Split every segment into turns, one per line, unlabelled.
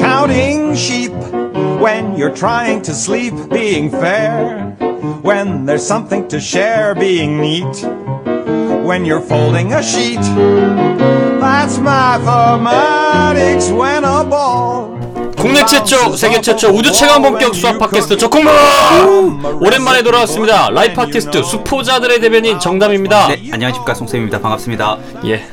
Counting sheep when you're trying to sleep, being fair. When there's something to share, being neat. When you're folding a sheet, that's mathematics when a ball.
국내 최초, 세계 최초, 우주 최강 본격 수학 팟캐스트 조콩모! 오랜만에 돌아왔습니다. 라이프 아티스트, 수포자들의 대변인 정담입니다.
네, 안녕하십니까 송쌤입니다. 반갑습니다.
예.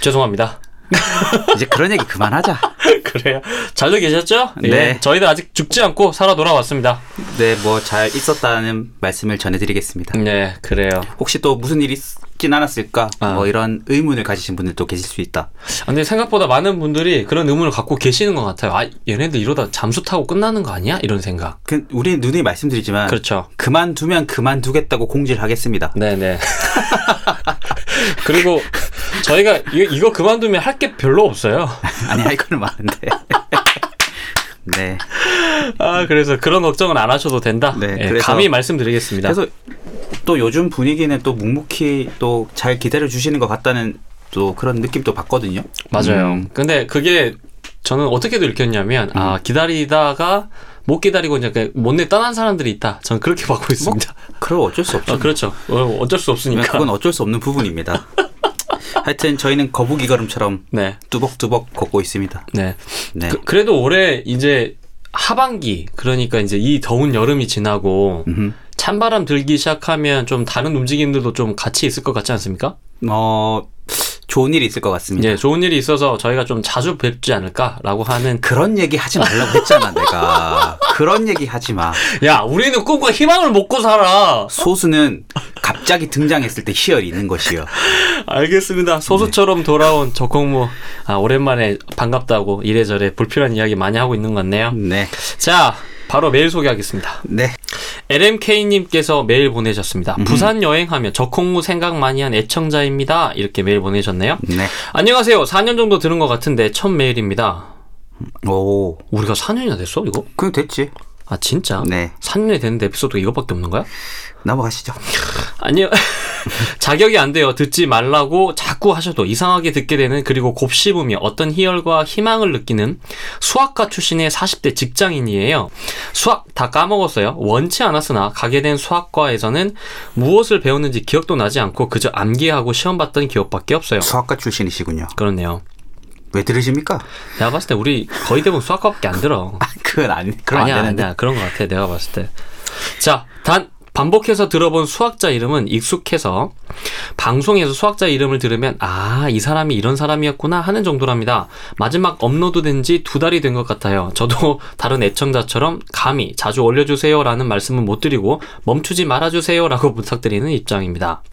죄송합니다.
이제 그런 얘기 그만하자.
그래요. 잘들 계셨죠? 예.
네.
저희들 아직 죽지 않고 살아 돌아왔습니다.
네, 뭐 잘 있었다는 말씀을 전해드리겠습니다.
네, 그래요.
혹시 또 무슨 일이 있긴 않았을까? 뭐 이런 의문을 가지신 분들도 계실 수 있다.
아, 근데 생각보다 많은 분들이 그런 의문을 갖고 계시는 것 같아요. 아, 얘네들 이러다 잠수 타고 끝나는 거 아니야? 이런 생각.
그 우리 누누이 말씀드리지만
그렇죠.
그만두면 그만두겠다고 공지하겠습니다. 를
네네. 그리고 저희가 이거, 이거 그만두면 할 게 별로 없어요.
아니 할 거는 많은데. 네.
아, 그래서 그런 걱정은 안 하셔도 된다.
네,
예,
그래서-
감히 말씀드리겠습니다.
그래서 또 요즘 분위기는 또 묵묵히 또 잘 기다려 주시는 것 같다는 또 그런 느낌도 받거든요.
맞아요.
음.
근데 그게 저는 어떻게도 읽혔냐면 아 기다리다가 못 기다리고 이제 그냥 못내 떠난 사람들이 있다. 저는 그렇게 받고 있습니다.
그럼 어쩔 수 없죠.
아, 그렇죠. 어, 어쩔 수 없으니까.
그건 어쩔 수 없는 부분입니다. 하여튼 저희는 거북이 걸음처럼
네,
뚜벅뚜벅 걷고 있습니다.
네.
네.
그, 그래도 올해 이제 하반기 그러니까 이제 이 더운 여름이 지나고
음흠.
찬바람 들기 시작하면 좀 다른 움직임들도 좀 같이 있을 것 같지 않습니까?
어, 좋은 일이 있을 것 같습니다.
예, 좋은 일이 있어서 저희가 좀 자주 뵙지 않을까라고 하는
그런 얘기 하지 말라고 했잖아, 내가. 그런 얘기 하지 마.
야, 우리는 꿈과 희망을 먹고 살아.
소수는 갑자기 등장했을 때 희열이 있는 것이요.
알겠습니다. 소수처럼 돌아온 적공모 아, 오랜만에 반갑다고 이래저래 불필요한 이야기 많이 하고 있는 것 같네요.
네.
자, 바로 메일 소개하겠습니다.
네.
LMK님께서 메일 보내셨습니다. 부산 여행하면 적콩무 생각 많이 한 애청자입니다. 이렇게 메일 보내셨네요.
네.
안녕하세요. 4년 정도 들은 것 같은데 첫 메일입니다.
오.
우리가 4년이나 됐어 이거?
그럼 됐지.
아 진짜?
네.
4년이 됐는데 에피소드가 이거밖에 없는 거야?
넘어가시죠.
아니요. 자격이 안 돼요. 듣지 말라고 자꾸 하셔도 이상하게 듣게 되는 그리고 곱씹으며 어떤 희열과 희망을 느끼는 수학과 출신의 40대 직장인이에요. 수학 다 까먹었어요. 원치 않았으나 가게 된 수학과에서는 무엇을 배웠는지 기억도 나지 않고 그저 암기하고 시험 봤던 기억밖에 없어요.
수학과 출신이시군요.
그렇네요.
왜 들으십니까?
내가 봤을 때 우리 거의 대부분 수학과밖에 안 들어.
아, 그건 아니, 그럼
아니야,
안 되는데.
아니야. 그런 것 같아. 내가 봤을 때. 자, 단 반복해서 들어본 수학자 이름은 익숙해서 방송에서 수학자 이름을 들으면 아, 이 사람이 이런 사람이었구나 하는 정도랍니다. 마지막 업로드된 지 두 달이 된 것 같아요. 저도 다른 애청자처럼 감히 자주 올려주세요라는 말씀은 못 드리고 멈추지 말아주세요라고 부탁드리는 입장입니다.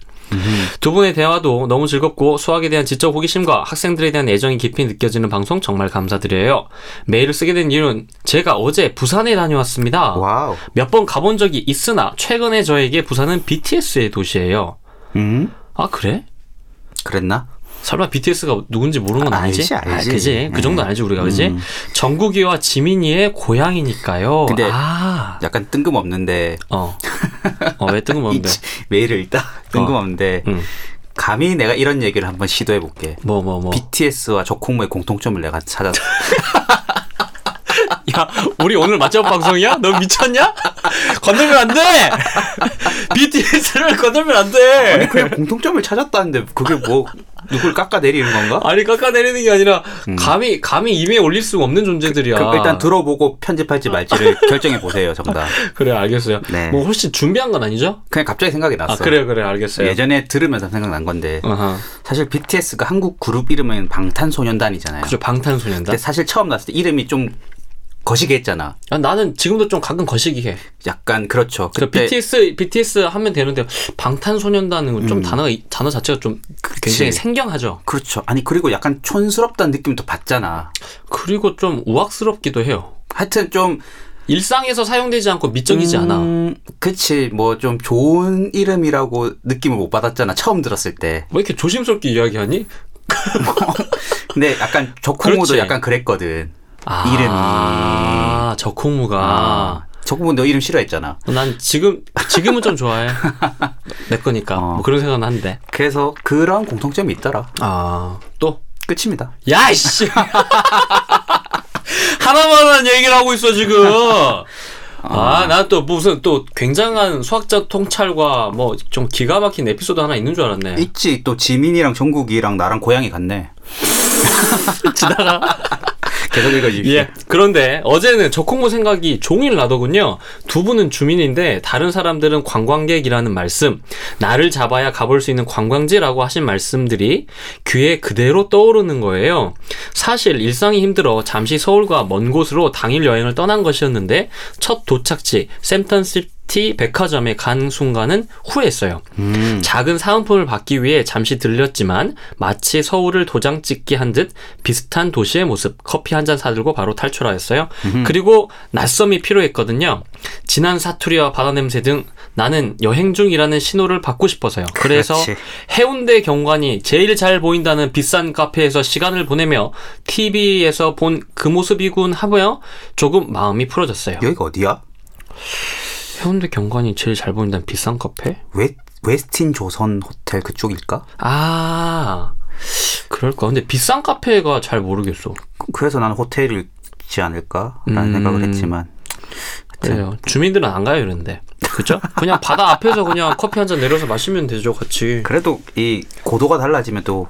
두 분의 대화도 너무 즐겁고 수학에 대한 지적 호기심과 학생들에 대한 애정이 깊이 느껴지는 방송 정말 감사드려요. 메일을 쓰게 된 이유는 제가 어제 부산에 다녀왔습니다.
와우.
몇 번 가본 적이 있으나 최근에 저에게 부산은 BTS의 도시예요.
음?
아 그래?
그랬나?
설마 BTS가 누군지 모르는 건
아,
아니지?
알지,
아,
알지. 음.
그지? 그 정도는 알지 우리가 그지? 정국이와 지민이의 고향이니까요.
근데-
아,
약간 뜬금없는데
어, 어, 왜 뜬금없는데?
이 치- 메일을 읽다 뜬금없는데
음.
감히 내가 이런 얘기를 한번 시도해 볼게.
뭐, 뭐, 뭐.
BTS와 저콩무의 공통점을 내가 찾아서
야, 우리 오늘 맞점 방송이야? 너 미쳤냐? 건들면 안 돼! BTS를 건들면 안 돼!
그냥 공통점을 찾았다는데 그게 뭐 누굴 깎아내리는 건가?
아니, 깎아내리는 게 아니라, 감히, 감히 입에 올릴 수 없는 존재들이야.
음. 아, 그럼 일단 들어보고 편집할지 말지를 결정해 보세요, 정답.
그래, 알겠어요.
네.
뭐, 훨씬 준비한 건 아니죠?
그냥 갑자기 생각이 났어.
아, 그래, 그래, 알겠어요.
예전에 들으면서 생각난 건데
어허.
사실 BTS가 한국 그룹 이름은 방탄소년단이잖아요.
그죠, 방탄소년단.
근데 사실 처음 나왔을 때 이름이 좀 거시기했잖아.
아, 나는 지금도 좀 가끔 거시기 해.
약간 그렇죠.
그래서
그때
BTS, BTS 하면 되는데, 방탄소년단은 좀 단어가, 이- 단어 자체가 좀 굉장히
음. 그치.
생경하죠.
그렇죠. 아니 그리고 약간 촌스럽다는 느낌도 받잖아.
그리고 좀 우악스럽기도 해요.
하여튼 좀
일상에서 사용되지 않고 미적이지 않아.
음, 그치 뭐 좀 좋은 이름이라고 느낌을 못 받았잖아 처음 들었을 때.
왜 이렇게 조심스럽게 이야기하니?
근데 약간 저콩모도
그렇지.
약간 그랬거든.
아, 저콩무가.
아. 저거 너 이름 싫어했잖아.
난 지금 지금은 좀 좋아해. 내 거니까.
어.
뭐 그런 생각은 한데.
그래서 그런 공통점이 있더라.
아 또.
끝입니다.
야이씨. 하나만한 얘기를 하고 있어 지금. 아, 나 또 무슨 또 굉장한 수학자 통찰과 뭐 좀 기가 막힌 에피소드 하나 있는 줄 알았네.
있지 또 지민이랑 정국이랑 나랑 고향이 갔네. 지나가. 계속 읽어주십시오.
예. 그런데 어제는 저콩모 생각이 종일 나더군요. 두 분은 주민인데 다른 사람들은 관광객이라는 말씀, 나를 잡아야 가볼 수 있는 관광지라고 하신 말씀들이 귀에 그대로 떠오르는 거예요. 사실 일상이 힘들어 잠시 서울과 먼 곳으로 당일 여행을 떠난 것이었는데 첫 도착지 샘턴시티 백화점에 간 순간은 후회했어요. 작은 사은품을 받기 위해 잠시 들렸지만 마치 서울을 도장 찍기 한 듯 비슷한 도시의 모습 커피 한 잔 사들고 바로 탈출하였어요. 그리고 낯섦이 필요했거든요. 진한 사투리와 바다 냄새 등 나는 여행 중이라는 신호를 받고 싶어서요. 그래서
그렇지.
해운대 경관이 제일 잘 보인다는 비싼 카페에서 시간을 보내며 TV에서 본 그 모습이군 하며 조금 마음이 풀어졌어요.
여기가 어디야?
해운대 경관이 제일 잘 보인다는 비싼 카페?
웨, 웨스틴 조선 호텔 그쪽일까?
아 그럴까 근데 비싼 카페가 잘 모르겠어
그- 그래서 나는 호텔이지 않을까라는
음.
생각을 했지만
그래요 주민들은 안 가요 이런데 그죠 그냥 바다 앞에서 그냥 커피 한 잔 내려서 마시면 되죠 같이
그래도 이 고도가 달라지면 또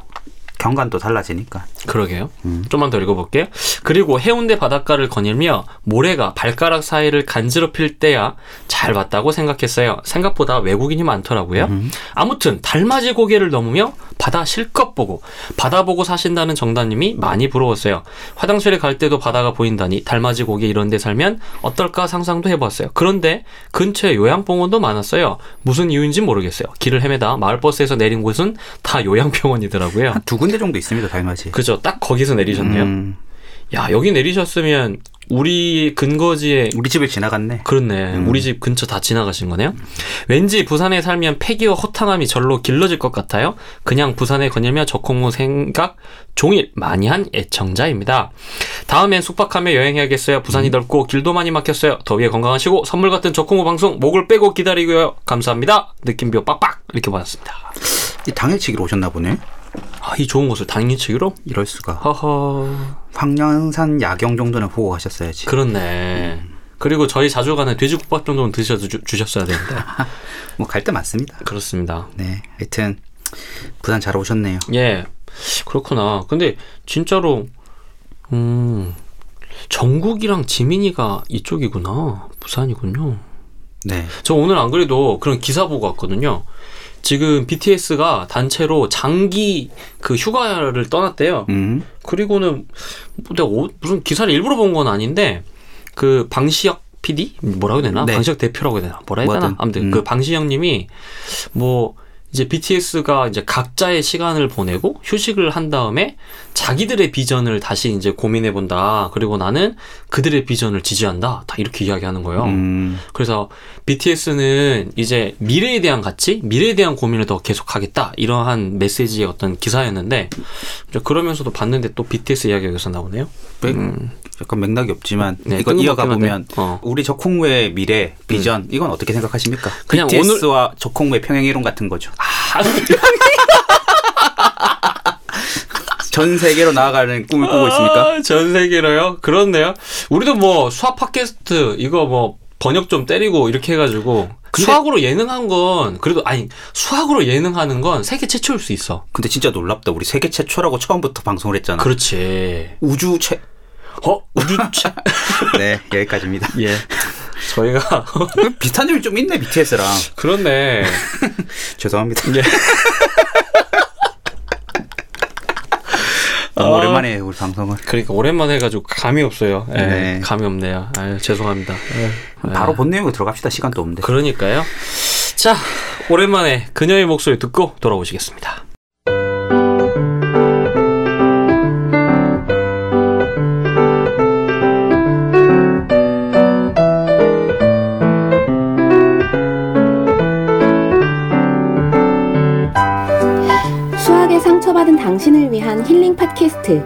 경관도 달라지니까
그러게요 좀만 더 읽어볼게요 그리고 해운대 바닷가를 거닐며 모래가 발가락 사이를 간지럽힐 때야 잘 봤다고 생각했어요 생각보다 외국인이 많더라고요 아무튼 달맞이 고개를 넘으며 바다 실컷 보고 바다 보고 사신다는 정다님이 많이 부러웠어요. 화장실에 갈 때도 바다가 보인다니 달맞이 고개 이런 데 살면 어떨까 상상도 해봤어요. 그런데 근처에 요양병원도 많았어요. 무슨 이유인지 모르겠어요. 길을 헤매다 마을버스에서 내린 곳은 다 요양병원이더라고요.
한 두 군데 정도 있습니다 달맞이.
그죠? 딱 거기서 내리셨네요.
음,
야 여기 내리셨으면 우리 근거지에
우리 집을 지나갔네.
그렇네. 우리 집 근처 다 지나가신 거네요. 왠지 부산에 살면 패기와 허탕함이 절로 길러질 것 같아요. 그냥 부산에 거닐며 저콩무 생각 종일 많이 한 애청자입니다. 다음엔 숙박하며 여행해야겠어요. 부산이 넓고 길도 많이 막혔어요. 더위에 건강하시고 선물 같은 저콩무 방송 목을 빼고 기다리고요. 감사합니다. 느낌표 빡빡 이렇게 받았습니다.
이 당일치기로 오셨나 보네.
아, 이 좋은 것을 당일치기로?
이럴 수가.
허허.
황량산 야경 정도는 보고 가셨어야지.
그렇네. 그리고 저희 자주 가는 돼지국밥 정도는 드셔 주- 주셨어야 되는데.
뭐 갈 때 많습니다.
그렇습니다.
네, 하여튼 부산 잘 오셨네요.
예. 그렇구나. 근데 진짜로 음. 정국이랑 지민이가 이쪽이구나. 부산이군요.
네,
저 오늘 안 그래도 그런 기사 보고 왔거든요. 지금 BTS가 단체로 장기 그 휴가를 떠났대요.
음,
그리고는 뭐 내가 어- 무슨 기사를 일부러 본 건 아닌데 그 방시혁 PD 뭐라고 해야 되나
네.
방시혁 대표라고 해야 되나 뭐라 해야 되나
뭐하든.
아무튼
음.
그 방시혁님이 뭐 이제 BTS가 이제 각자의 시간을 보내고 휴식을 한 다음에 자기들의 비전을 다시 이제 고민해 본다 그리고 나는 그들의 비전을 지지한다 다 이렇게 이야기하는 거예요.
음,
그래서 BTS는 이제 미래에 대한 가치, 미래에 대한 고민을 더 계속하겠다 이러한 메시지의 어떤 기사였는데 이제 그러면서도 봤는데 또 BTS 이야기가 여기서 나오네요.
맥- 약간 맥락이 없지만
음. 네,
이거 이어가
뜬금없긴
보면
한데. 어.
우리 적홍무의 미래 비전 이건 어떻게 생각하십니까?
그냥
BTS와 적홍무의 평행이론 같은 거죠. 전 세계로 나아가는 꿈을 꾸고 있습니까?
아, 전 세계로요? 그렇네요. 우리도 뭐 수학 팟캐스트 이거 뭐 번역 좀 때리고 이렇게 해가지고
근데-
수학으로 예능한 건 그래도 아니 수학으로 예능하는 건 세계 최초일 수 있어.
근데 진짜 놀랍다. 우리 세계 최초라고 처음부터 방송을 했잖아.
그렇지.
우주 최.
어 우주 최-
네 여기까지입니다.
예. 저희가
뭐 비슷한 점이 좀 있네 BTS랑. 네.
그렇네.
죄송합니다.
예.
너무 어, 오랜만에 우리 방송을.
그러니까 오랜만에 해가지고 감이 없어요. 예,
네.
감이 없네요. 아유, 죄송합니다. 예.
아. 바로 본 내용으로 들어갑시다. 시간도 없는데.
그러니까요. 자, 오랜만에 그녀의 목소리 듣고 돌아오시겠습니다.
수학에 상처받은 당신을 위한 힐링 팟캐스트.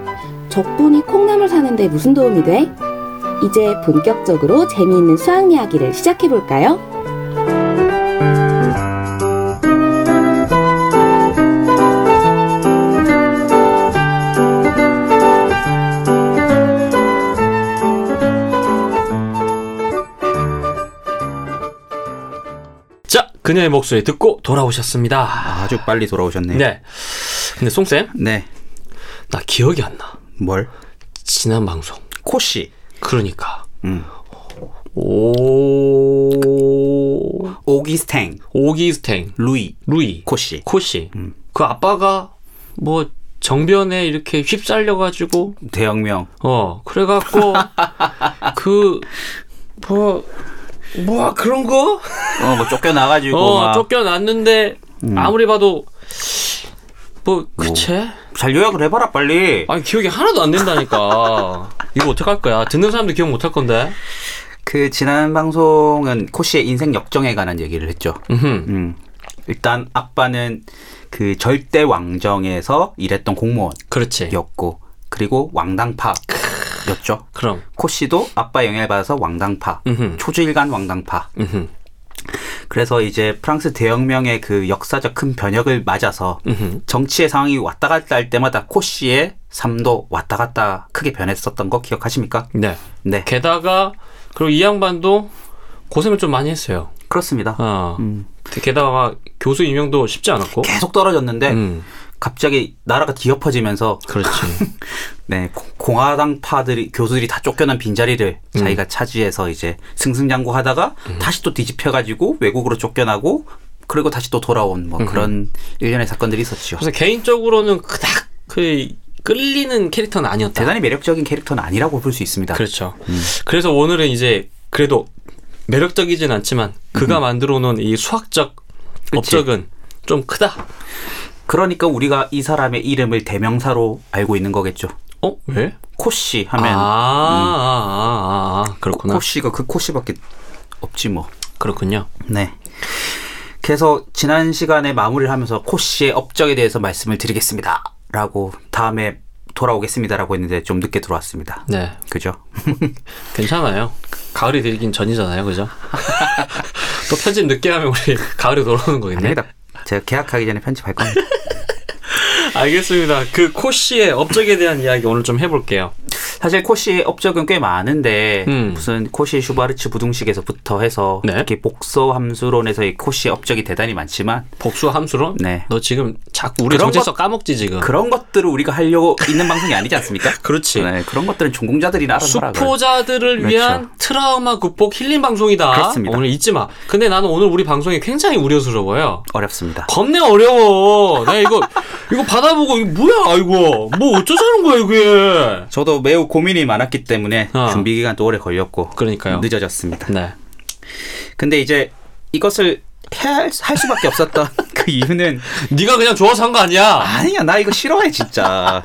적분이 콩나물 사는데 무슨 도움이 돼? 이제 본격적으로 재미있는 수학 이야기를 시작해 볼까요?
자, 그녀의 목소리 듣고 돌아오셨습니다.
아주 빨리 돌아오셨네요.
네. 근데 송쌤,
네.
나 기억이 안 나.
뭘?
지난 방송.
코시.
그러니까.
음.
오.
오기스탱.
오기스탱,
루이.
루이,
코시.
코시.
음.
그 아빠가 뭐 정변에 이렇게 휩쓸려가지고
대형명.
어 그래갖고 그 그뭐뭐 그런 거?
어, 뭐 쫓겨나가지고.
어
막. 음.
쫓겨났는데 아무리 봐도 뭐 그체?
잘 요약을 해봐라, 빨리.
아니 기억이 하나도 안 된다니까. 이거 어떡할 거야? 듣는 사람도 기억 못 할 건데.
그 지난 방송은 코시의 인생 역정에 관한 얘기를 했죠.
음흠.
음. 일단 아빠는 그 절대 왕정에서 일했던 공무원이었고
그렇지.
그리고 왕당파였죠.
그럼.
코시도 아빠 영향을 받아서 왕당파,
음흠.
초주일간 왕당파.
음흠.
그래서 이제 프랑스 대혁명의 그 역사적 큰 변혁을 맞아서
음흠.
정치의 상황이 왔다 갔다 할 때마다 코시의 삶도 왔다 갔다 크게 변했었던 거 기억하십니까?
네.
네,
게다가 그리고 이 양반도 고생을 좀 많이 했어요.
그렇습니다.
어.
음.
게다가 막 교수 임명도 쉽지 않았고.
계속 떨어졌는데
음,
갑자기 나라가 뒤엎어지면서
그렇지.
네, 고- 공화당파들이 교수들이 다 쫓겨난 빈자리를
음.
자기가 차지해서 이제 승승장구하다가 다시 또 뒤집혀가지고 외국으로 쫓겨나고 그리고 다시 또 돌아온 뭐 그런 일련의 사건들이 있었지요.
그래서 개인적으로는 그닥 그 끌리는 캐릭터는 아니었다.
대단히 매력적인 캐릭터는 아니라고 볼 수 있습니다. 음.
그렇죠. 그래서 오늘은 이제 그래도 매력적이진 않지만 그가
음.
만들어 놓은 이 수학적 업적은 좀 크다.
그러니까 우리가 이 사람의 이름을 대명사로 알고 있는 거겠죠.
어? 왜?
코시
아,
하면
아, 아, 아, 그렇구나.
코시가 그 코시밖에 없지 뭐.
그렇군요.
네. 그래서 지난 시간에 마무리를 하면서 코시의 업적에 대해서 말씀을 드리겠습니다. 라고 다음에 돌아오겠습니다라고 했는데 좀 늦게 들어왔습니다.
네.
그죠?
괜찮아요. 가을이 되긴 전이잖아요. 그죠? 또 편집 늦게 하면 우리 가을이 돌아오는 거겠네.
아닙니다. 제가 계약하기 전에 편집할 겁니다.
알겠습니다. 그 코씨의 업적에 대한 이야기 오늘 좀 해볼게요.
사실 코시의 업적은 꽤 많은데
음.
무슨 코시 슈바르츠 부등식에서부터 해서
네.
이렇게 복소 함수론에서의 코시의 업적이 대단히 많지만
복수 함수론?
네.
너 지금 자꾸 우리
그런
정체성 까먹지 지금.
그런 것들을 우리가 하려고 있는 방송이 아니지 않습니까?
어. 그렇지.
네, 그런 것들은 전공자들이나 알아서 하라 그래요.
수포자들을
그렇죠.
위한 트라우마 극복 힐링 방송이다.
그렇습니다.
오늘 잊지 마. 근데 나는 오늘 우리 방송이 굉장히 우려스러워요.
어렵습니다.
겁내 어려워. 나 이거 이거 받아보고 이거 뭐야 이거 뭐 어쩌자는 거야 이게.
저도 매우 고민이 많았기 때문에
어.
준비 기간도 오래 걸렸고
그러니까요.
늦어졌습니다.
네.
근데 이제 이것을 해야 할, 수- 할 수밖에 없었던 그 이유는
네가 그냥 좋아서 한 거 아니야.
아니야 나 이거 싫어해 진짜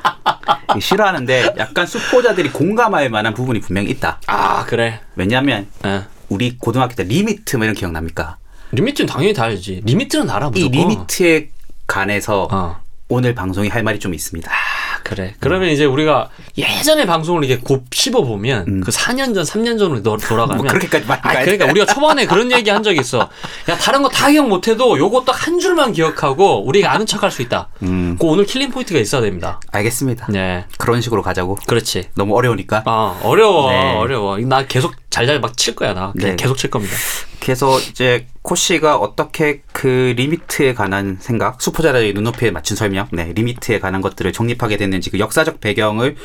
이거 싫어하는데 약간 수포자들이 공감할 만한 부분이 분명히 있다.
아 그래.
왜냐하면
예.
우리 고등학교 때 리미트 뭐 이런 거 기억납니까?
리미트는 당연히 다 알지. 리미트는 알아
이
무조건.
리미트에 관해서
어.
오늘 방송이 할 말이 좀 있습니다.
아, 그래. 그러면 이제 우리가 예전에 방송을 이게 곱씹어 보면 그 4년 전, 3년 전으로 너- 돌아가면
뭐 그렇게까지 많이
아,
가야
그러니까 우리가 초반에 그런 얘기 한 적이 있어. 야, 다른 거 다 기억 못 해도 요거 딱 한 줄만 기억하고 우리가 아는 척 할 수 있다.
음.
그 오늘 킬링 포인트가 있어야 됩니다.
알겠습니다.
네.
그런 식으로 가자고.
그렇지.
너무 어려우니까.
아, 어려워.
네.
어려워. 나 계속 잘잘 막 칠 거야, 나. 그냥
네.
계속 칠 겁니다.
그래서 이제 코시가 어떻게 그 리미트에 관한 생각, 수포자들의 눈높이에 맞춘 설명, 네, 리미트에 관한 것들을 정립하게 됐는지 그 역사적 배경을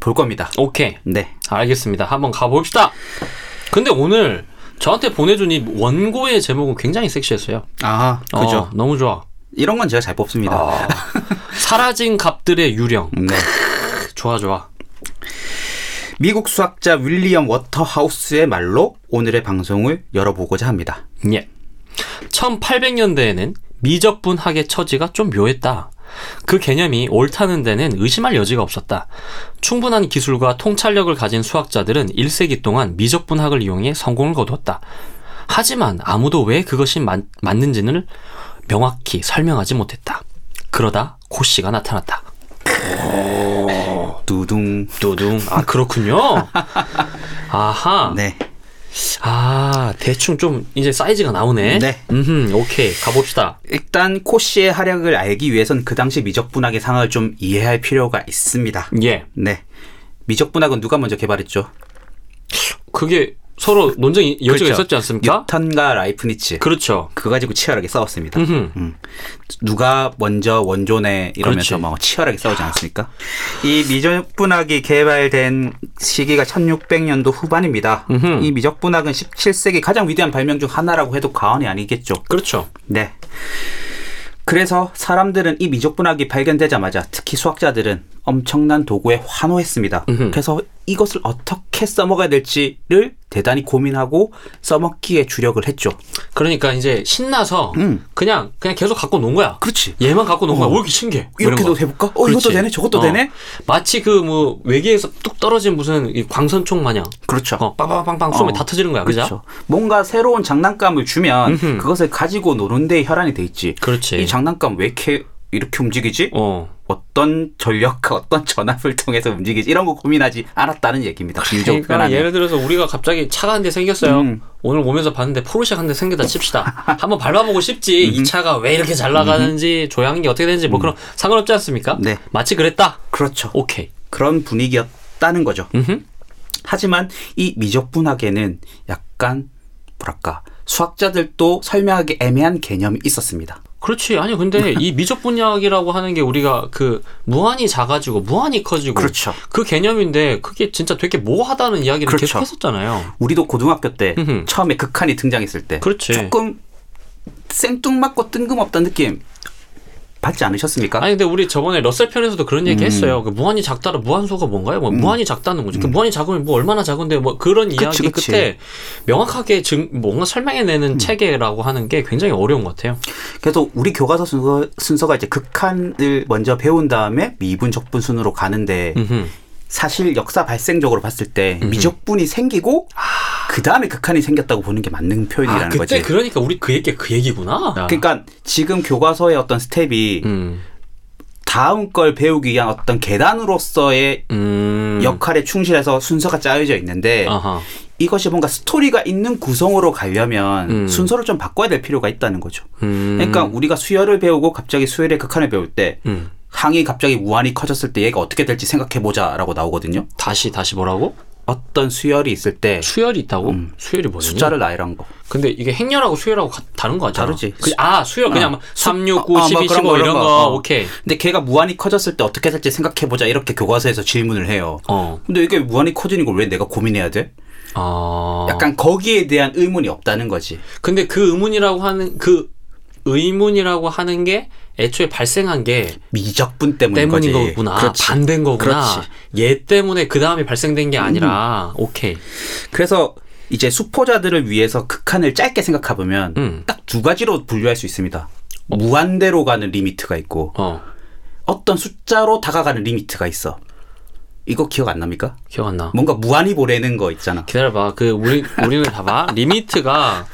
볼 겁니다.
오케이.
네.
알겠습니다. 한번 가봅시다. 근데 오늘 저한테 보내준 이 원고의 제목은 굉장히 섹시했어요.
아,
어,
그죠. 아.
너무 좋아.
이런 건 제가 잘 뽑습니다.
사라진 값들의 유령.
네.
좋아 좋아.
미국 수학자 윌리엄 워터하우스의 말로 오늘의 방송을 열어보고자 합니다.
예. 1800년대에는 미적분학의 처지가 좀 묘했다. 그 개념이 옳다는 데는 의심할 여지가 없었다. 충분한 기술과 통찰력을 가진 수학자들은 1세기 동안 미적분학을 이용해 성공을 거두었다. 하지만 아무도 왜 그것이 맞, 맞는지는 명확히 설명하지 못했다. 그러다 코씨가 나타났다.
두둥.
두둥. 아, 그렇군요. 아하.
네.
아, 대충 좀 이제 사이즈가 나오네.
네.
음, 오케이. 가봅시다.
일단 코시의 활약을 알기 위해선 그 당시 미적분학의 상황을 좀 이해할 필요가 있습니다.
예.
네. 미적분학은 누가 먼저 개발했죠?
그게 서로 논쟁이 여지가
그렇죠.
있었지 않습니까?
뉴턴과 라이프니츠. 그,
그렇죠.
그거 가지고 치열하게 싸웠습니다.
음.
누가 먼저 원조네 이러면서
그렇지.
막 치열하게 싸우지 않습니까? 이 미적분학이 개발된 시기가 1600년도 후반입니다.
음흠.
이 미적분학은 17세기 가장 위대한 발명 중 하나라고 해도 과언이 아니겠죠.
그렇죠.
네. 그래서 사람들은 이 미적분학이 발견되자마자 특히 수학자들은 엄청난 도구에 환호했습니다.
음흠.
그래서 이것을 어떻게 써먹어야 될지를 대단히 고민하고 써먹기에 주력을 했죠.
그러니까 이제 신나서
음.
그냥 그냥 계속 갖고 논 거야.
그렇지.
얘만 갖고 논 거야.
어.
왜 이렇게 신기해? 뭐 이런
이렇게도
거.
해볼까? 어, 이것도
그렇지.
되네, 저것도
어.
되네?
마치 그 뭐 외계에서 뚝 떨어진 무슨 이 광선총 마냥
그렇죠.
어, 빵빵빵빵 쏘면
어.
다 터지는 거야. 아, 그죠?
그렇죠. 뭔가 새로운 장난감을 주면 그것을 가지고 노는 데에 혈안이 돼 있지.
그렇지.
이 장난감 왜 이렇게 이렇게 움직이지?
어.
어떤 전력과 어떤 전압을 통해서 움직이지 이런 거 고민하지 않았다는 얘기입니다. 김종
그러니까
변화는.
예를 들어서 우리가 갑자기 차가 한 대 생겼어요.
음.
오늘 오면서 봤는데 포르쉐 한 대 생겼다 칩시다. 한번 밟아보고 싶지. 이 차가 왜 이렇게 잘 나가는지 조향이 어떻게 되는지 뭐 그런 상관없지 않습니까?
음. 네.
마치 그랬다.
그렇죠.
오케이.
그런 분위기였다는 거죠.
음흠.
하지만 이 미적분학에는 약간 뭐랄까 수학자들도 설명하기 애매한 개념이 있었습니다.
그렇지. 아니 근데 이 미적 분야학이라고 하는 게 우리가 그 무한히 작아지고 무한히 커지고
그렇죠.
그 개념인데 그게 진짜 되게 모호하다는 이야기를
그렇죠.
계속 했었잖아요.
우리도 고등학교 때
음흠.
처음에 극한이 등장했을 때
그렇지.
조금 생뚱맞고 뜬금없다는 느낌 받지 않으셨습니까?
아니 근데 우리 저번에 러셀 편에서도 그런
음.
얘기 했어요. 그 무한히 작다라 무한소가 뭔가요? 뭐 무한히 작다는 거지. 그 무한히 작으면 뭐 얼마나 작은데 뭐 그런 이야기
음. 그치. 음.
끝에 명확하게 증, 뭐 뭔가 설명해내는 체계라고 하는 게 굉장히 어려운 것 같아요.
그래서 우리 교과서 순서, 순서가 이제 극한을 먼저 배운 다음에 미분 적분 순으로 가는데
음흠.
그 사실 역사 발생적으로 봤을 때 미적분이 생기고 그 다음에 극한이 생겼다고 보는 게 맞는 표현이라는
아 그때
거지.
그러니까 우리 그 얘기 그 얘기구나.
그러니까 지금 교과서의 어떤 스텝이
음.
다음 걸 배우기 위한 어떤 계단으로서의
음. 어.
역할에 충실해서 순서가 짜여져 있는데
아하.
이것이 뭔가 스토리가 있는 구성으로 가려면
음.
순서를 좀 바꿔야 될 필요가 있다는 거죠.
음.
그러니까 우리가 수열을 배우고 갑자기 수열의 극한을 배울 때
음.
항이 갑자기 무한히 커졌을 때 얘가 어떻게 될지 생각해 보자라고 나오거든요.
다시 다시 뭐라고?
어떤 수열이 있을 때
수열이 있다고? 수열이 뭐냐?
네. 음. 숫자를 나열한 거.
근데 이게 행렬하고 수열하고 가- 다른 거 아니야?
다르지.
그, 아 수열 그냥 막 3, 6, 9,
아, 뭐
12,
그런
15
거,
이런
그런
거.
거. 어.
오케이.
근데 걔가 무한히 커졌을 때 어떻게 될지 생각해 보자 이렇게 교과서에서 질문을 해요.
어.
근데 이게 무한히 커지는 걸 왜 내가 고민해야 돼?
아.
약간 거기에 대한 의문이 없다는 거지.
근데 그 의문이라고 하는 그 의문이라고 하는 게 애초에 발생한 게
미적분 때문인 거지.
때문인 거구나. 아,
그렇지.
반된 거구나.
그렇지. 음.
얘 때문에 그 다음에 발생된 게 아니라 오케이.
그래서 이제 수포자들을 위해서 극한을 짧게 생각해 보면
음.
딱 두 가지로 분류할 수 있습니다. 무한대로 가는 리미트가 있고
어
어떤 숫자로 다가가는 리미트가 있어. 이거 기억 안 납니까?
기억 안 나.
뭔가 무한히 보내는 거 있잖아.
기다려봐. 그 우리 우리는 봐봐. 리미트가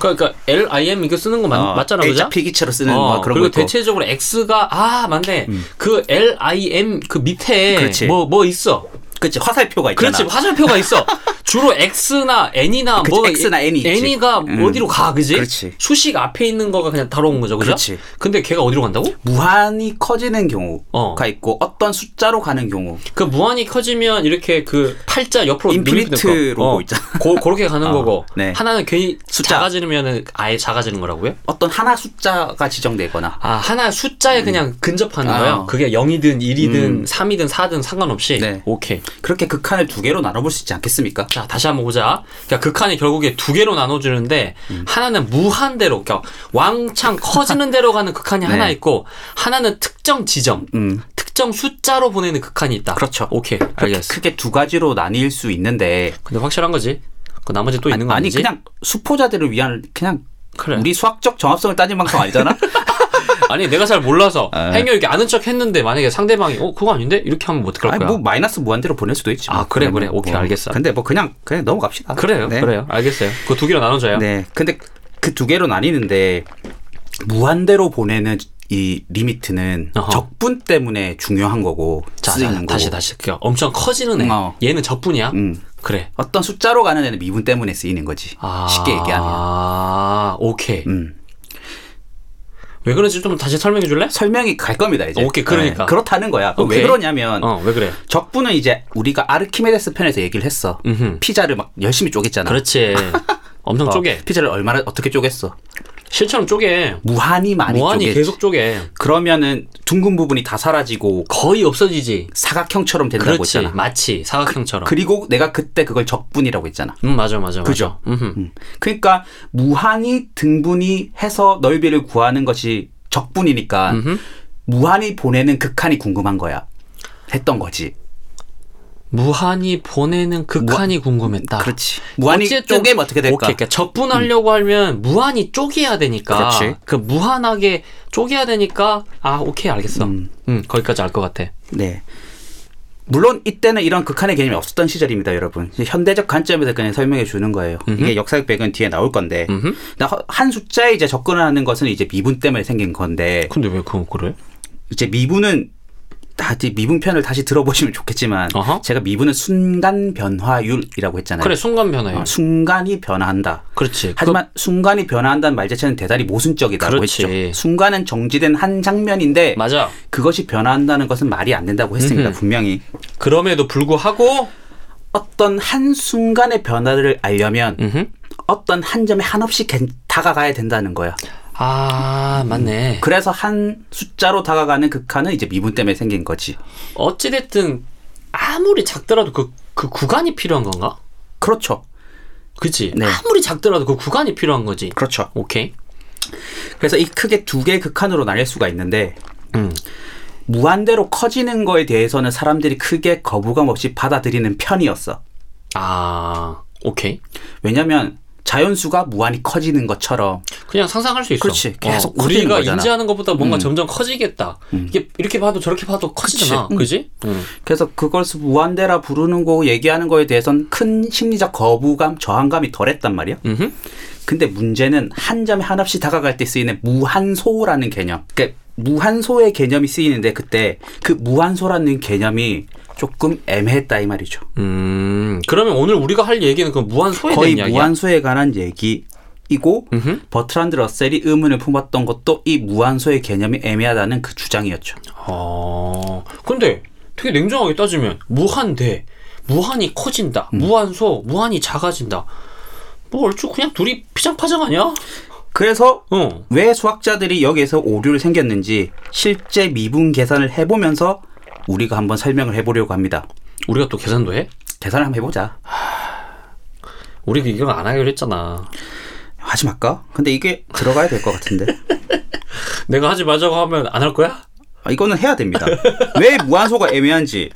그러니까 L I M 이거 쓰는 거 맞,
어,
맞잖아, 그죠?
L자 필기체로 쓰는
어,
뭐 그런 거
그리고
있고. 음.
대체적으로 X가 아 맞네 그 L I M 그 밑에
그렇지.
뭐 뭐 있어
그렇지 화살표가 있잖아.
그렇지 화살표가 있어 주로 X나 N이나
그치,
뭐
X나 N이 있지.
가
음.
어디로 가 그지
그렇지.
수식 앞에 있는 거가 그냥 다뤄온 거죠 그죠
그렇지.
근데 걔가 어디로 간다고
무한히 커지는 경우가
어.
있고 어떤 숫자로 가는 경우.
그 무한히 커지면 이렇게 그 팔자 옆으로
인피니트
누르는 거.
로고
어.
있잖아.
고, 그렇게 가는
어,
거고
네.
하나는 괜히
숫자.
작아지면 아예 작아지는 거라고요
어떤 하나 숫자가 지정되거나
아, 하나 숫자에 그냥 근접하는
음. 아. 음.
거예요? 그게 0이든 1이든 삼 3이든 4든 상관없이?
네.
오케이.
그렇게 극한을 두 개로 나눠볼 수 있지 않겠습니까?
자, 다시 한번 보자. 그러니까 극한이 결국에 두 개로 나눠주는데,
음.
하나는 무한대로, 그러니까 왕창 커지는 대로 가는 극한이 하나 있고, 하나는 특정 지점,
네. 음.
특정 숫자로 보내는 극한이 있다.
그렇죠.
오케이. 알겠어.
크게 두 가지로 나뉠 수 있는데
근데 확실한 거지? 그 나머지 또 있는 거
아니
아니지?
그냥 수포자들을 위한 그냥
그래.
우리 수학적 정합성을 따진 만큼 아니잖아.
아니, 내가 잘 몰라서 행여 이렇게 아는 척 했는데, 만약에 상대방이, 어, 그거 아닌데? 이렇게 하면 어떡할 거야?
아니 뭐 마이너스 무한대로 보낼 수도 있지. 뭐.
아, 그래, 그래.
뭐.
오케이, 알겠어.
근데 뭐 그냥 그냥 넘어갑시다.
그래요,
네.
그래요. 알겠어요. 그 두 개로 나눠줘요.
네. 근데 그 두 개로 나뉘는데 무한대로 보내는 이 리미트는
어허.
적분 때문에 중요한 거고
자,
쓰이는
자,
거고.
다시 다시 그러니까 엄청 커지는 애
어.
얘는 적분이야
음.
그래.
어떤 숫자로 가는 애는 미분 때문에 쓰이는 거지.
아,
쉽게 얘기하면.
아, 오케이.
음.
왜 그런지 좀 다시 설명해 줄래?
설명이 갈 겁니다, 이제. 네.
오케이, 그러니까.
그렇다는 거야. 그럼 왜
오케이.
그러냐면,
어, 왜 그래?
적분은 이제 우리가 아르키메데스 편에서 얘기를 했어.
음흠.
피자를 막 열심히 쪼갰잖아.
그렇지. 엄청
어,
쪼개.
피자를 얼마나 어떻게 쪼갰어?
실처럼 쪼개.
무한히 많이
무한히
쪼개.
계속 쪼개.
그러면은 둥근 부분이 다 사라지고
거의 없어지지.
사각형처럼 된다고
그렇지.
했잖아.
마치 사각형처럼.
그리고 내가 그때 그걸 적분이라고 했잖아.
음, 맞아, 맞아.
그죠?
맞아. 음흠.
음. 그러니까 무한히 등분이 해서 넓이를 구하는 것이 적분이니까 무한히 보내는 극한이 궁금한 거야. 했던 거지.
무한히 보내는 극한이 궁금했다.
그렇지. 무한히 쪼개면 어떻게 될까? 음.
오케이. 그러니까 적분하려고 하면 무한히 쪼개야 되니까.
그렇지.
그 무한하게 쪼개야 되니까 아 오케이 알겠어. 음, 거기까지 알 것 같아.
네. 물론 이때는 이런 극한의 개념이 없었던 시절입니다, 여러분. 이제 현대적 관점에서 그냥 설명해 주는 거예요. 이게 역사적 배경은 뒤에 나올 건데, 나 허- 한 숫자에 이제 접근하는 것은 이제 미분 때문에 생긴 건데,
근데 왜 그거 그래?
이제 미분은 다시 미분 편을 다시 들어보시면 좋겠지만,
어허. 그렇죠.
제가 미분은 순간 변화율이라고 했잖아요.
그래 순간 변화요.
어, 순간이 변화한다.
그렇지.
하지만 순간이 변화한다는 말 자체는 대단히 모순적이다고
그렇지.
했죠. 순간은 정지된 한 장면인데
그- 맞아.
그것이 변화한다는 것은 말이 안 된다고 했습니다. 분명히
그럼에도 불구하고
어떤 한 순간의 변화를 알려면
음흠.
어떤 한 점에 한없이 겐- 다가가야 된다는 거야.
네. 아 맞네.
그래서 한 숫자로 다가가는 극한은 이제 미분 때문에 생긴 거지.
어찌 됐든 아무리 작더라도 그 그 구간이 필요한 건가?
그렇죠.
그치?
네.
아무리 작더라도 그 구간이 필요한 거지.
그렇죠.
오케이.
그래서 이 크게 두 개의 극한으로 나뉠 수가 있는데
음.
무한대로 커지는 거에 대해서는 사람들이 크게 거부감 없이 받아들이는 편이었어.
아 오케이.
왜냐면 자연수가 무한히 커지는 것처럼
그냥 상상할 수 있어.
그렇지. 계속
어,
커지는
우리가
거잖아. 음.
인지하는 것보다 뭔가 점점 커지겠다. 이게 이렇게 봐도 저렇게 봐도 커지잖아.
그치. 음.
그지? 음.
그래서 그것을 무한대라 부르는 거 얘기하는 거에 대해선 큰 심리적 거부감, 저항감이 덜했단 말이야.
음흠.
근데 문제는 한 점에 한없이 다가갈 때 쓰이는 무한소라는 개념. 그러니까 무한소의 개념이 쓰이는데 그때 그 무한소라는 개념이 조금 애매했다 이 말이죠.
음. 그러면 오늘 우리가 할 얘기는 그 무한 소에 대한
거의
이야기야.
무한소에 관한 얘기이고 버트란드 러셀이 의문을 품었던 것도 이 무한소의 개념이 애매하다는 그 주장이었죠.
어. 근데 되게 냉정하게 따지면 무한대, 무한히 커진다,
음.
무한소, 무한히 작아진다. 뭐 얼추 그냥 둘이 피장파장 아니야?
그래서
어.
왜 수학자들이 여기에서 오류를 생겼는지 실제 미분 계산을 해보면서 우리가 한번 설명을 해보려고 합니다.
우리가 또 계산도 해?
계산을 한번 해보자.
우리 이걸 안 하기로 했잖아.
하지 말까? 근데 이게 들어가야 될 것 같은데.
내가 하지 말자고 하면 안 할 거야?
아, 이거는 해야 됩니다. 왜 무한소가 애매한지.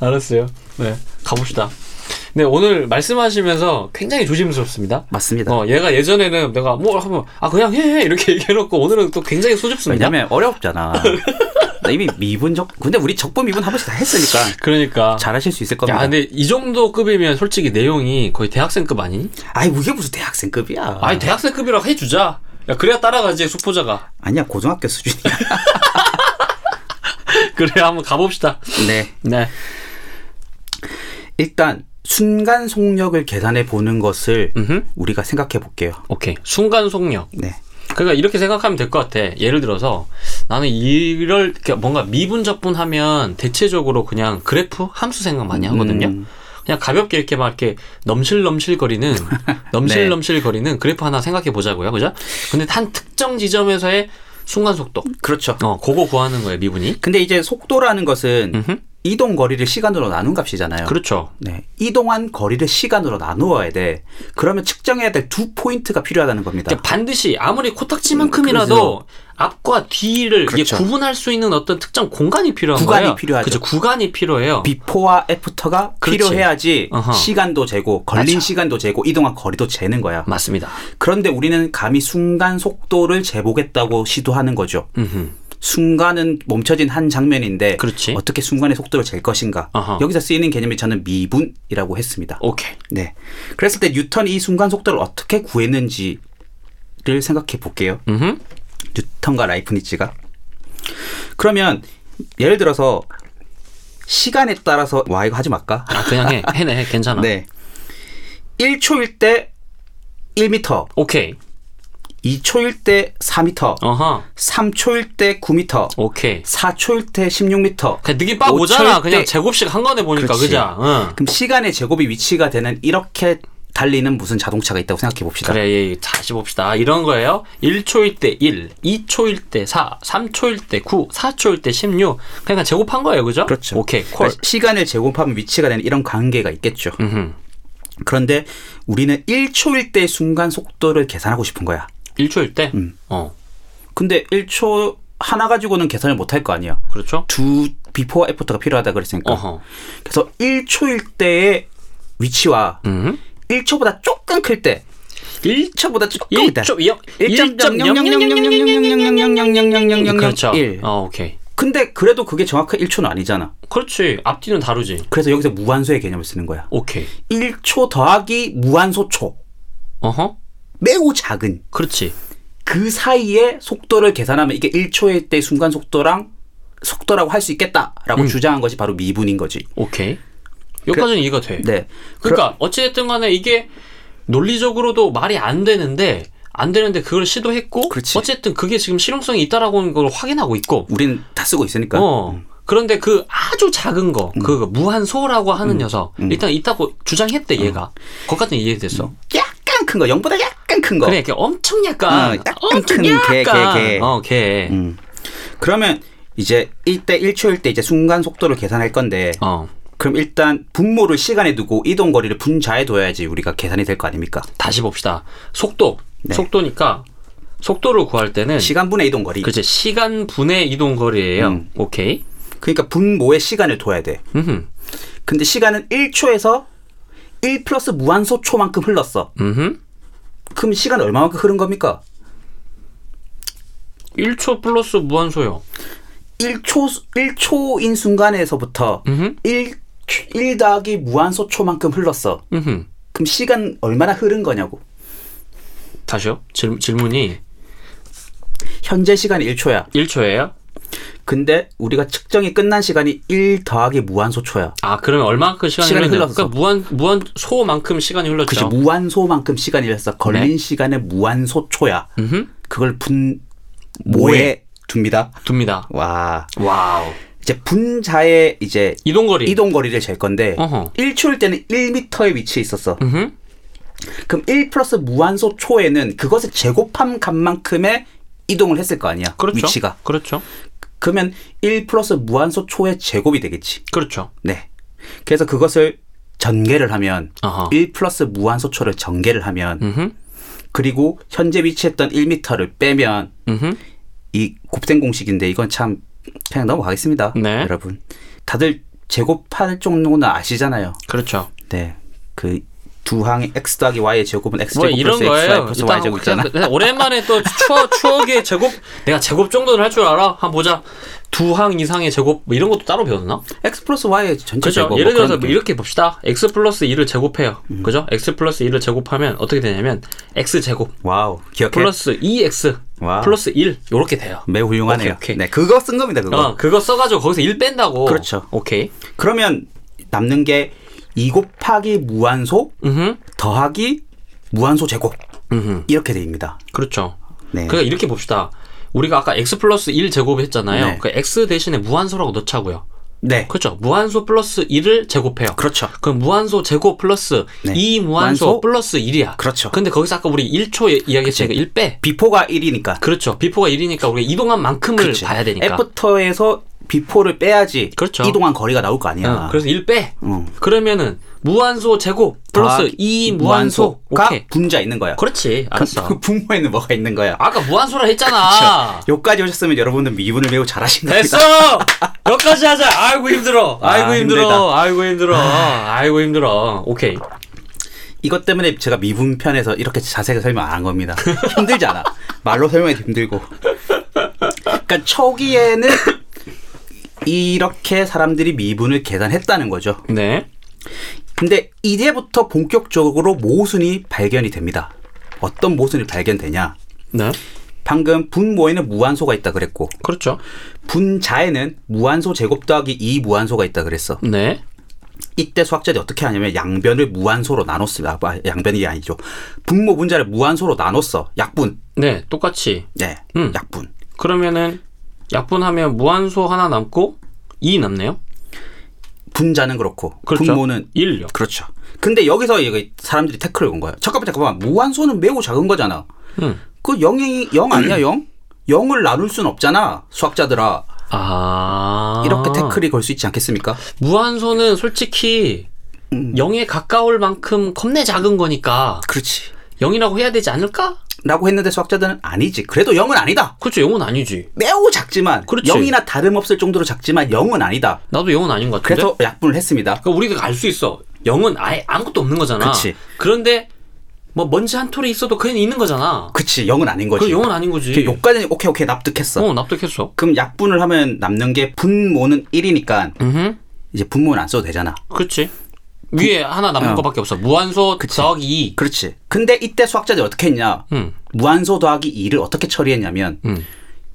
알았어요. 네, 가봅시다. 네, 오늘 말씀하시면서 굉장히 조심스럽습니다.
맞습니다.
어, 얘가 예전에는 내가 뭘 하면, 아, 그냥 해! 해! 이렇게 얘기해놓고 오늘은 또 굉장히 수줍습니다.
왜냐면 어렵잖아. 나 이미 미분적, 근데 우리 적분 미분 한 번씩 다 했으니까
그러니까.
잘하실 수 있을
야,
겁니다.
근데 이 정도 급이면 솔직히 내용이 거의 대학생급 아니니?
아이 이게 무슨 대학생급이야.
아. 니 대학생급이라고 해주자. 야, 그래야 따라가지, 수포자가.
아니야 고등학교 수준이야.
그래, 한번 가봅시다.
네.
네.
일단 순간 속력을 계산해 보는 것을 우리가 생각해 볼게요.
오케이. 순간 속력.
네.
그러니까 이렇게 생각하면 될 것 같아. 예를 들어서 나는 이럴 그러니까 뭔가 미분 적분하면 대체적으로 그냥 그래프 함수 생각 많이 하거든요.
음.
그냥 가볍게 이렇게 막 이렇게 넘실넘실 거리는
네.
넘실넘실 거리는 그래프 하나 생각해 보자고요, 그죠? 근데 한 특정 지점에서의 순간 속도,
그렇죠.
어, 그거 구하는 거예요, 미분이.
근데 이제 속도라는 것은 이동 거리를 시간으로 나눈 값이잖아요.
그렇죠.
네. 이동한 거리를 시간으로 나누어야 돼. 그러면 측정해야 될 두 포인트가 필요하다는 겁니다.
그러니까 반드시 아무리 코딱지만큼이라도 앞과 뒤를 이게
음, 그렇죠.
구분할 수 있는 어떤 특정 공간이 필요한
구간이
거예요.
필요하죠.
그죠? 구간이 필요해요.
비포와 애프터가
그렇지.
필요해야지
어허.
시간도 재고 걸린
맞아. 음.
시간도 재고 이동한 거리도 재는 거야.
맞습니다.
그런데 우리는 감히 순간 속도를 재보겠다고 시도하는 거죠.
음흠.
순간은 멈춰진 한 장면인데
그렇지.
어떻게 순간의 속도를 잴 것인가.
아하.
여기서 쓰이는 개념이 저는 미분이라고 했습니다.
오케이.
네. 그랬을 때 뉴턴이 이 순간 속도를 어떻게 구했는지를 생각해 볼게요.
음흠.
뉴턴과 라이프니츠가. 그러면 예를 들어서 시간에 따라서 와 이거 하지 말까?
아, 그냥 해. 해내. 괜찮아.
네. 1초일 때 1m,
오케이.
2초일 때 4m,
어허.
3초일 때 9m,
오케이.
4초일 때 16m.
그냥 느낌 빡 오잖아.
오차일 그러니까.
그냥
때-
제곱씩 한 건에 보니까
그치.
그자. 응.
그럼 시간의 제곱이 위치가 되는 이렇게 달리는 무슨 자동차가 있다고 생각해 봅시다.
그래, 예, 예. 다시 봅시다. 이런 거예요. 1초일 때 1, 2초일 때 4, 3초일 때 9, 4초일 때 16. 그러니까 제곱한 거예요, 그죠?
그렇죠.
오케이, 콜.
그러니까 시간을 제곱하면 위치가 되는 이런 관계가 있겠죠.
음흠.
그런데 우리는 1초일 때 순간 속도를 계산하고 싶은 거야.
1초일 때?
음.
어.
근데 1초 하나 가지고는 계산을 못 할 거 아니야.
그렇죠?
두 비포와 애프터가 필요하다 그랬으니까.
어허.
그래서 1초일 때의 위치와
음.
1초보다 조금 클 때, 1초보다 조금 있다.
1초, 0,
1.0000000000000000000
그렇죠.
1.
어, 오케이.
근데 그래도 그게 정확한 1초는 아니잖아.
그렇지. 앞뒤는 다르지.
그래서 여기서 무한소의 개념을 쓰는 거야.
오케이.
1초 더하기 무한소초.
어허.
매우 작은.
그렇지.
그 사이에 속도를 계산하면 이게 1초일 때 순간 속도랑 속도라고 할 수
음.
있겠다라고 주장한 것이 바로 미분인 거지.
오케이. 여기까지는 이해가 돼.
네.
그러니까 어찌됐든 간에 이게 논리적으로도 말이 안 되는데 안 되는데 그걸 시도했고
그렇지.
어쨌든 그게 지금 실용성이 있다라고 하는 걸 확인하고 있고
우리는 다 쓰고 있으니까. 음.
어 그런데 그 아주 작은 거 그 무한소라고 하는
음.
녀석 일단 있다고 주장했대 얘가 거기까지는 이해됐어
음. 약간 큰 거, 0보다 약간 큰 거.
그래 이렇게 엄청 약간
어, 약간
엄청
큰 개, 개,
약간
개.
어개
음. 그러면 이제 1대 1초일 때 이제 순간 속도를 계산할 건데
어
그럼 일단 분모를 시간에 두고 이동 거리를 분자에 둬야지 우리가 계산이 될 거 아닙니까?
다시 봅시다 속도
네.
속도니까 속도를 구할 때는
시간분의 이동 거리.
그치 시간 분의 이동 거리예요
음.
오케이
그러니까 분모에 시간을 둬야 돼.
음흠.
근데 시간은 1초에서 1 플러스 무한소초만큼 흘렀어.
음흠.
그럼 시간 얼마만큼 흐른 겁니까?
1초 플러스 무한소요.
1초, 1초인 순간에서부터
음흠.
1, 1 더하기 무한소초만큼 흘렀어.
음흠.
그럼 시간 얼마나 흐른 거냐고.
다시요? 질, 질문이
현재 시간이 1초야.
1초예요?
근데 우리가 측정이 끝난 시간이 1 더하기 무한소초야.
아, 그러면 얼마만큼 시간이,
시간이
흘렀냐?
흘렀어.
그러니까 무한 무한 소만큼 시간이 흘렀죠. 네.
그치, 무한소만큼 시간이 흘렀어. 걸린 시간의 무한소초야.
음흠.
그걸 분, 모에 둡니다.
둡니다.
와.
와우.
이제 분자의 이제
이동 거리.
이동 거리를 잴 건데
어허.
1초일 때는 1m의 위치에 있었어.
음흠.
그럼 1 플러스 무한소 초에는 그것의 제곱함 값만큼의 이동을 했을 거 아니야.
그렇죠.
위치가.
그렇죠.
그러면 1 플러스 무한소 초의 제곱이 되겠지.
그렇죠.
네. 그래서 그것을 전개를 하면
아하.
1 플러스 무한소 초를 전개를 하면
음흠.
그리고 현재 위치했던 1m를 빼면
음흠.
이 곱셈 공식인데 이건 참 그냥 넘어가겠습니다.
네.
여러분. 다들 제곱할 정도는 아시잖아요.
그렇죠.
네. 그 두 항의 x 더하기 y의 제곱은 x
뭐
제곱
이런
플러스 그 x y
거예요.
플러스 y 제곱 있잖아.
그냥- 그냥 오랜만에 또 추억, 추억의 제곱 내가 제곱 정도는 할 줄 알아. 한번 보자. 두 항 이상의 제곱 뭐 이런 것도 따로 배웠나?
x 플러스 y의 전체
그죠?
제곱. 뭐
예를
그런 음.
들어서 뭐
느낌.
이렇게 봅시다. x 플러스 2를 제곱해요. 그죠? x 플러스 2를 제곱하면 어떻게 되냐면 x 제곱
와우 기억해.
플러스 2x
와우. 음.
플러스 1 요렇게 돼요.
매우 훌륭하네요.
오케이, 오케이.
네, 그거 쓴 겁니다. 그거.
어, 그거 써가지고 거기서 1 뺀다고.
그렇죠.
오케이.
그러면 남는 게 2 곱하기 무한소
음,
더하기 무한소 제곱
음,
이렇게 됩니다.
그렇죠.
네.
그러니까 이렇게 봅시다. 우리가 아까 x 플러스 1 제곱했잖아요.
네.
그 x 대신에 무한소라고 넣자고요.
네.
그렇죠. 무한소 플러스 1을 제곱해요.
그렇죠.
그럼 무한소 제곱 플러스
네.
2 무한소,
무한소?
플러스 1이야.
그렇죠.
근데 거기서 아까 우리 1초 이야기했으니까 1 빼.
비포가 1이니까.
그렇죠. 비포가 1이니까 우리가 이동한 만큼을 봐야 되니까.
애프터에서 비포를 빼야지
그렇죠.
이동한 거리가 나올 거 아니야.
응, 그래서 1 빼.
응.
그러면은 무한소 제곱 플러스
더하기
이 무한소.
무한소가
오케이.
분자 있는 거야.
그렇지. 알았어.
그 분모에는 뭐가 있는 거야?
아까 무한소라 했잖아.
여기까지 오셨으면 여러분들 미분을 매우 잘하신 겁니다.
됐어. 여기까지 하자. 아이고 힘들어. 아이고
아,
힘들어.
힘들다.
아이고 힘들어. 아이고 힘들어. 오케이.
이것 때문에 제가 미분 편에서 이렇게 자세하게 설명 안 한 겁니다. 힘들잖아. 말로 설명해도 힘들고. 그러니까 초기에는 이렇게 사람들이 미분을 계산했다는 거죠.
네.
근데 이제부터 본격적으로 모순이 발견이 됩니다. 어떤 모순이 발견되냐?
네.
방금 분모에는 무한소가 있다 그랬고
그렇죠.
분자에는 무한소 제곱 더하기 2 무한소가 있다 그랬어.
네.
이때 수학자들이 어떻게 하냐면 양변을 무한소로 나눴습니다. 아, 양변이 아니죠. 분모 분자를 무한소로 나눴어. 약분.
네, 똑같이.
네.
음.
약분.
그러면은 약분하면 무한소 하나 남고 2 남네요.
분자는 그렇고
그렇죠.
분모는
1요.
그렇죠. 근데 여기서 이게 사람들이 태클을 건 거야. 잠깐만 잠깐만. 무한소는 매우 작은 거잖아.
음.
그 영이 영 아니야 영? 영을 나눌 순 없잖아 수학자들아
아.
이렇게 태클이 걸 수 있지 않겠습니까?
무한소는 솔직히
음.
0에 가까울 만큼 겁내 작은 거니까
그렇지
0이라고 해야 되지 않을까?
라고 했는데 수학자들은 아니지 그래도 영은 아니다
그렇죠. 0은 아니지.
매우 작지만
그렇지.
영이나 다름없을 정도로 작지만 영은 아니다
나도 0은 아닌 것 같은데.
그래서 약분을 했습니다
그러니까 우리가 알 수 있어. 0은 아예 아무것도 없는 거잖아.
그치.
런데뭐 먼지 한 톨이 있어도 그냥 있는 거잖아.
그치 영은 아닌 거지
그 영은 아닌 거지.
그 요까지는 오케이 오케이 납득했어
어, 납득했어.
그럼 약분을 하면 남는 게 분모는 1이니까
음.
이제 분모는 안 써도 되잖아
그렇지. 위에 하나 남는
어.
거밖에 없어. 무한소 더하기 2.
그렇지 근데 이때 수학자들이 어떻게 했냐
음.
무한소 더하기 2를 어떻게 처리했냐면
음.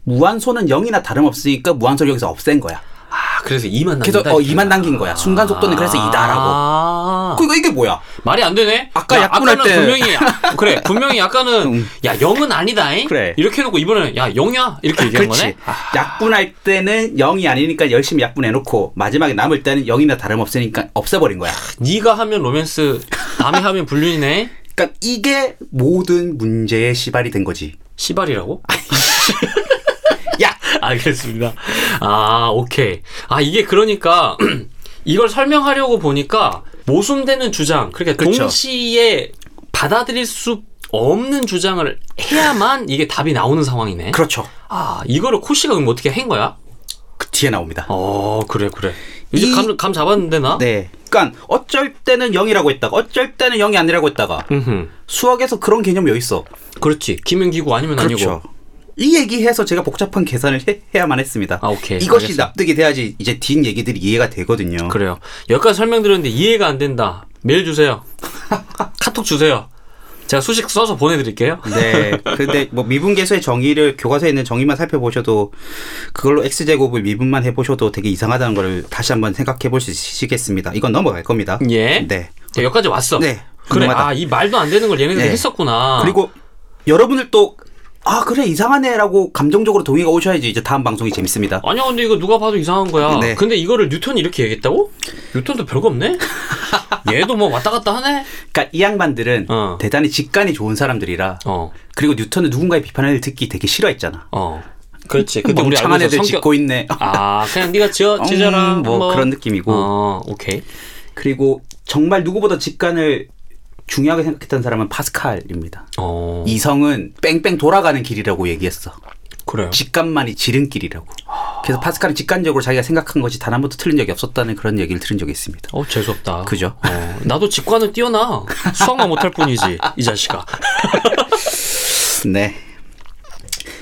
무한소는 0이나 다름없으니까 무한소를 여기서 없앤 거야
아, 그래서 2만 남는다.
그래서 어
이렇게.
2만 남긴 거야. 순간 속도는 그래서 2다라고.
아.
그러니까 이게 뭐야?
말이 안 되네.
아까
야,
약분할
아까는
때- 음.
분명히 야- 그래 분명히 아까는 야 영은 아니다. 잉
그래.
이렇게 해놓고 이번에는 야 영이야 이렇게 얘기한
그렇지.
거네.
약분할 때는 0이 아니니까 열심히 약분해놓고 마지막에 남을 때는 0이나 다름없으니까 없애버린 거야.
네가 하면 로맨스, 남이 하면 불륜이네.
그러니까 이게 모든 문제의 시발이 된 거지.
시발이라고?
야,
알겠습니다. 아 오케이. 아 이게 그러니까 이걸 설명하려고 보니까 모순되는 주장, 그러니까
그렇죠.
동시에 받아들일 수 없는 주장을 해야만 이게 답이 나오는 상황이네.
그렇죠.
아 이거를 코시가 그럼 어떻게 한 거야?
그 뒤에 나옵니다.
어 그래 그래. 이제
이-
감, 감 잡았는데 나?
네. 그러니까 어쩔 때는 0이라고 했다가 어쩔 때는 0이 아니라고 했다가
음흠.
수학에서 그런 개념이 어디 있어?
그렇지. 기명기구 아니면
그렇죠.
아니고.
이 얘기해서 제가 복잡한 계산을 해, 해야만 했습니다.
아, 오케이.
이것이
알겠습니다.
납득이 돼야지 이제 뒷 얘기들이 이해가 되거든요.
음. 그래요. 여기까지 설명드렸는데 이해가 안 된다. 메일 주세요. 카톡 주세요. 제가 수식 써서 보내드릴게요.
네. 근데 뭐 미분계수의 정의를 교과서에 있는 정의만 살펴보셔도 그걸로 x제곱을 미분만 해보셔도 되게 이상하다는 걸 다시 한번 생각해 볼 수 있으시겠습니다. 이건 넘어갈 겁니다.
예.
네.
자, 여기까지 왔어.
네,
그래.
궁금하다.
아, 이 말도 안 되는 걸 얘네들이
네.
했었구나.
그리고 여러분들 또 아, 그래, 이상하네라고 감정적으로 동의가 오셔야지 이제 다음 방송이 재밌습니다.
아니야, 근데 이거 누가 봐도 이상한 거야.
네.
근데 이거를 뉴턴이 이렇게 얘기했다고? 뉴턴도 별거 없네? 얘도 뭐 왔다 갔다 하네?
그러니까 이 양반들은
어.
대단히 직관이 좋은 사람들이라
어,
그리고 뉴턴은 누군가의 비판을 듣기 되게 싫어했잖아. 뭐
어. 그렇지. 근데 우리
멍청한
알고 있어.
애들
성격...
짓고 있네.
아, 그냥 네가 지어,
음,
지져라.
뭐 그런 느낌이고.
어, 오케이.
그리고 정말 누구보다 직관을 중요하게 생각했던 사람은 파스칼입니다.
어,
이성은 뺑뺑 돌아가는 길이라고 얘기했어.
그래요.
직관만이 지름길이라고. 그래서 파스칼은 직관적으로 자기가 생각한 것이 단 한 번도 틀린 적이 없었다는 그런 얘기를 들은 적이 있습니다.
어, 재수없다.
그죠?
어, 나도 직관은 뛰어나. 수학만 못할 뿐이지, 이 자식아.
네. 예.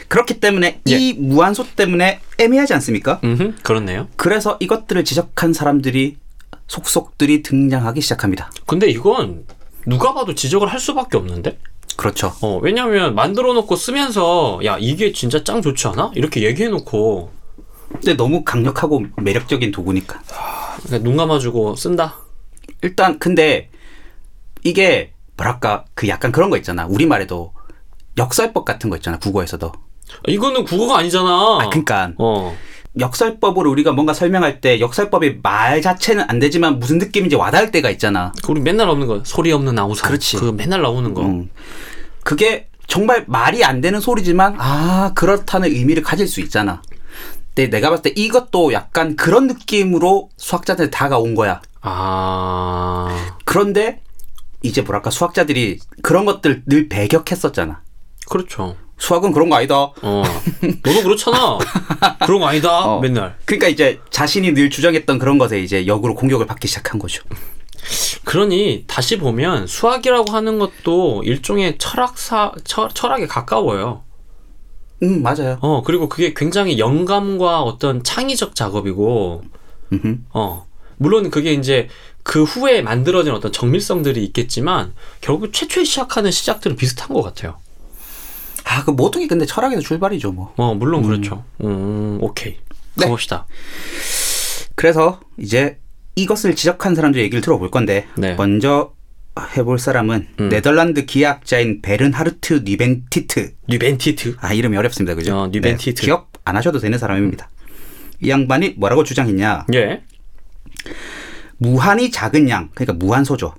그렇기 때문에 이 무한소 때문에 애매하지 않습니까?
음, 그렇네요.
그래서 이것들을 지적한 사람들이 속속들이 등장하기 시작합니다.
근데 이건 누가 봐도 지적을 할 수밖에 없는데?
그렇죠.
어, 왜냐면 만들어 놓고 쓰면서 야, 이게 진짜 짱 좋지 않아? 이렇게 얘기해 놓고
근데 너무 강력하고 매력적인 도구니까.
그냥 그러니까 눈 감아 주고 쓴다.
일단 근데 이게 뭐랄까 그 약간 그런 거 있잖아 우리말에도 역설법 같은 거 있잖아 국어에서도
이거는 국어가 아니잖아.
아 그러니까
어.
역설법으로 우리가 뭔가 설명할 때 역설법이 말 자체는 안 되지만 무슨 느낌인지 와닿을 때가 있잖아
그 우리 맨날 없는 거. 소리 없는 나우사.
그렇지.
그 맨날 나오는 거.
음. 그게 정말 말이 안 되는 소리지만 아 그렇다는 의미를 가질 수 있잖아 근데 내가 봤을 때 이것도 약간 그런 느낌으로 수학자들 다가온 거야
아.
그런데 이제 뭐랄까 수학자들이 그런 것들 늘 배격했었잖아
그렇죠.
수학은 그런 거 아니다
어. 너도 그렇잖아. 그런 거 아니다.
어.
맨날.
그러니까 이제 자신이 늘 주장했던 그런 것에 이제 역으로 공격을 받기 시작한 거죠.
그러니 다시 보면 수학이라고 하는 것도 일종의 철학사 철, 철학에 가까워요.
음 맞아요.
어, 그리고 그게 굉장히 영감과 어떤 창의적 작업이고
음흠.
어. 물론 그게 이제 그 후에 만들어진 어떤 정밀성들이 있겠지만 결국 최초에 시작하는 시작들은 비슷한 것 같아요.
아, 그 모퉁이 근데 철학에서 출발이죠, 뭐.
어, 물론 그렇죠. 음, 오케이.
네.
가봅시다.
그래서 이제 이것을 지적한 사람들 얘기를 들어볼 건데
네. 음.
먼저 해볼 사람은 네덜란드 기하학자인 베른하르트 니벤티트.
뉴벤티트.
아 이름이 어렵습니다, 그죠?
어, 뉴벤티트.
네, 기억 안 하셔도 되는 사람입니다. 이 양반이 뭐라고 주장했냐?
예.
무한히 작은 양, 그러니까 무한소죠.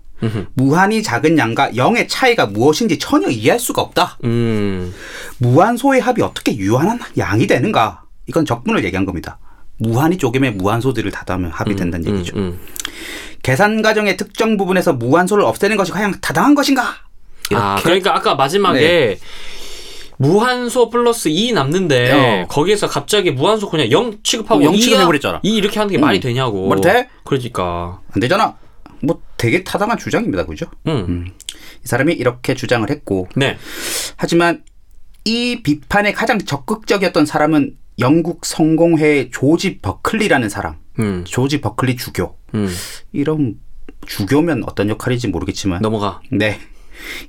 무한히 작은 양과 0의 차이가 무엇인지 전혀 이해할 수가 없다.
음.
무한소의 합이 어떻게 유한한 양이 되는가? 이건 적분을 얘기한 겁니다. 무한히 쪼개면 무한소들을 다 더하면 합이 된다는
음,
얘기죠.
음.
계산 과정의 특정 부분에서 무한소를 없애는 것이 과연 타당한 것인가?
아, 그러니까 아까
네.
마지막에 무한소 플러스 2 남는데
어.
거기에서 갑자기 무한소 그냥 0 취급하고
어, 영
2야?
취급해버렸잖아.
2 이렇게 하는 게
음.
말이 되냐고.
말이 돼?
그러니까.
안 되잖아. 뭐 되게 타당한 주장입니다, 그죠?
음.
이 사람이 이렇게 주장을 했고,
네.
하지만 이 비판에 가장 적극적이었던 사람은 영국 성공회 조지 버클리라는 사람,
음.
조지 버클리 주교.
음.
이런 주교면 어떤 역할인지 모르겠지만,
넘어가.
네.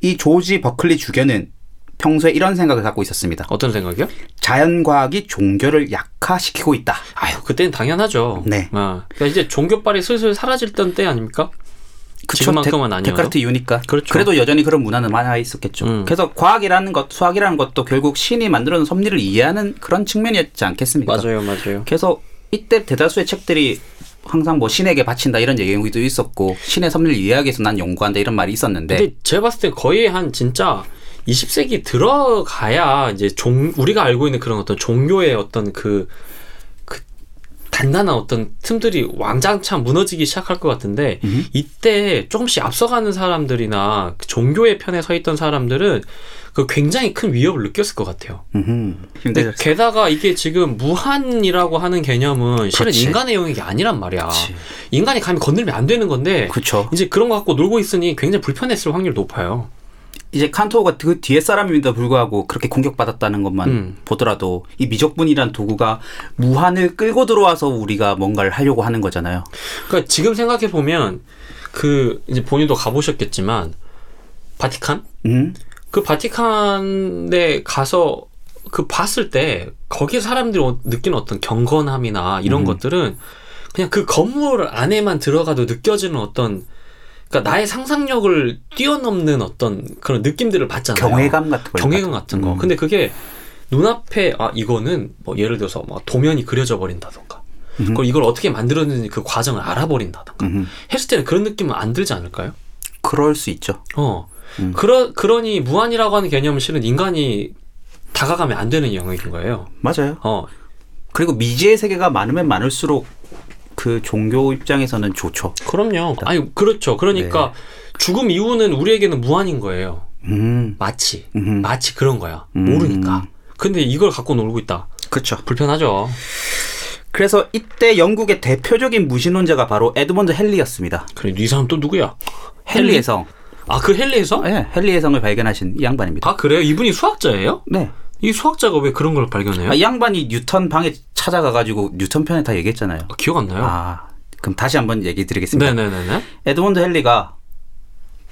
이 조지 버클리 주교는 평소에 이런 생각을 갖고 있었습니다.
어떤 생각이요?
자연과학이 종교를 약화시키고 있다.
아유, 그때는 당연하죠.
네.
아, 그러니까 이제 종교빨이 슬슬 사라질 던 때 아닙니까? 지금만큼은
데-
아니어도.
데카르트 이유니까.
그렇죠.
그래도 여전히 그런 문화는 많아 있었겠죠.
음.
그래서 과학이라는 것, 수학이라는 것도 결국 신이 만들어놓은 섭리를 이해하는 그런 측면이었지 않겠습니까?
맞아요, 맞아요.
그래서 이때 대다수의 책들이 항상 뭐 신에게 바친다 이런 얘기도 있었고 신의 섭리를 이해하기 위해서 난 연구한다 이런 말이 있었는데
근데 제가 봤을 때 거의 한 진짜 20세기 들어가야 이제 종 우리가 알고 있는 그런 어떤 종교의 어떤 그, 그 단단한 어떤 틈들이 왕장창 무너지기 시작할 것 같은데 이때 조금씩 앞서가는 사람들이나 그 종교의 편에 서 있던 사람들은 그 굉장히 큰 위협을 느꼈을 것 같아요.
음,
근데
힘들었어.
게다가 이게 지금 무한이라고 하는 개념은 실은
그렇지.
인간의 영역이 아니란 말이야.
그렇지.
인간이 감히 건들면 안 되는 건데
그렇죠.
이제 그런 거 갖고 놀고 있으니 굉장히 불편했을 확률이 높아요.
이제 칸토가 그 뒤에 사람임에도 불구하고 그렇게 공격받았다는 것만
음.
보더라도 이 미적분이란 도구가 무한을 끌고 들어와서 우리가 뭔가를 하려고 하는 거잖아요.
그러니까 지금 생각해 보면 그 이제 본인도 가보셨겠지만 바티칸
음?
그 바티칸에 가서 그 봤을 때 거기 사람들이 어- 느끼는 어떤 경건함이나 이런
음.
것들은 그냥 그 건물 안에만 들어가도 느껴지는 어떤 그러니까 나의 상상력을 뛰어넘는 어떤 그런 느낌들을 받잖아요.
경외감 같은 거.
경외감 같은 거.
음.
근데 그게 눈앞에 아 이거는 뭐 예를 들어서 뭐 도면이 그려져 버린다던가. 그걸 이걸 어떻게 만들었는지 그 과정을 알아버린다던가.
음.
했을 때는 그런 느낌은 안 들지 않을까요?
그럴 수 있죠.
어.
음.
그러 그러니 무한이라고 하는 개념은 실은 인간이 다가가면 안 되는 영역인 거예요.
맞아요.
어.
그리고 미지의 세계가 많으면 많을수록 그 종교 입장에서는 좋죠.
그럼요. 아니 그렇죠. 그러니까
네.
죽음 이후는 우리에게는 무한인 거예요.
음.
마치
음.
마치 그런 거야. 모르니까. 근데 이걸 갖고 놀고 있다.
그렇죠.
불편하죠.
그래서 이때 영국의 대표적인 무신론자가 바로 에드먼드 헨리였습니다.
그래 이 사람 또 누구야?
헨리의 성.
아 그 헨리에서?
예, 헨리의 성을 발견하신 이 양반입니다.
아 그래요? 이분이 수학자예요?
네.
이 수학자가 왜 그런 걸 발견해요?
아, 이 양반이 뉴턴 방에 찾아가가지고 뉴턴 편에 다 얘기했잖아요.
아, 기억 안 나요.
아, 그럼 다시 한번 얘기 드리겠습니다.
네네네네.
에드먼드 헨리가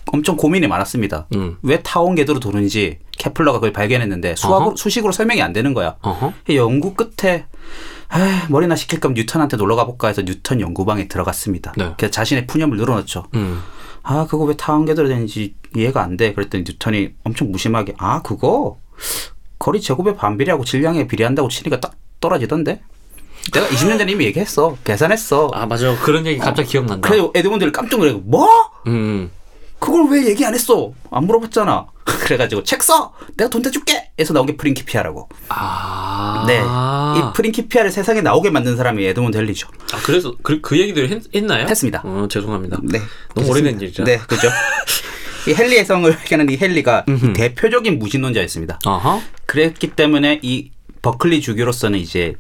엄청 고민이 많았습니다.
음.
왜 타원 궤도로 도는지 케플러가 그걸 발견했는데 수학으로,
어허.
수식으로 설명이 안 되는 거야.
어허.
연구 끝에 에이, 머리나 식힐 거면 뉴턴한테 놀러 가볼까 해서 뉴턴 연구방에 들어갔습니다.
네.
그래서 자신의 푸념을 늘어놓죠.
음.
아 그거 왜 타원 궤도로 되는지 이해가 안 돼. 그랬더니 뉴턴이 엄청 무심하게 아 그거 거리 제곱에 반비례하고 질량에 비례한다고 치니까 딱 떨어지던데. 내가 20년 전에 이미 얘기했어. 계산했어.
아 맞아. 그런 얘기 갑자기 기억난다.
그래 에드몬드를 깜짝 놀래고 뭐?
음.
그걸 왜 얘기 안 했어? 안 물어봤잖아. 그래가지고 책 써. 내가 돈 대줄게. 해서 나온 게 프린키피아라고.
아.
네.
아
이 프린키피아를 세상에 나오게 만든 사람이 에드몬드 헨리죠.
그래서 그, 그 얘기들 했, 했나요?
했습니다.
어, 죄송합니다.
네.
너무
그렇습니다.
오래된 일이죠.
네, 그죠. 이 헨리의 성을 발견한 이 헨리가 이 대표적인 무신론자였습니다.
아하.
그랬기 때문에 이 버클리 주교로서는 이제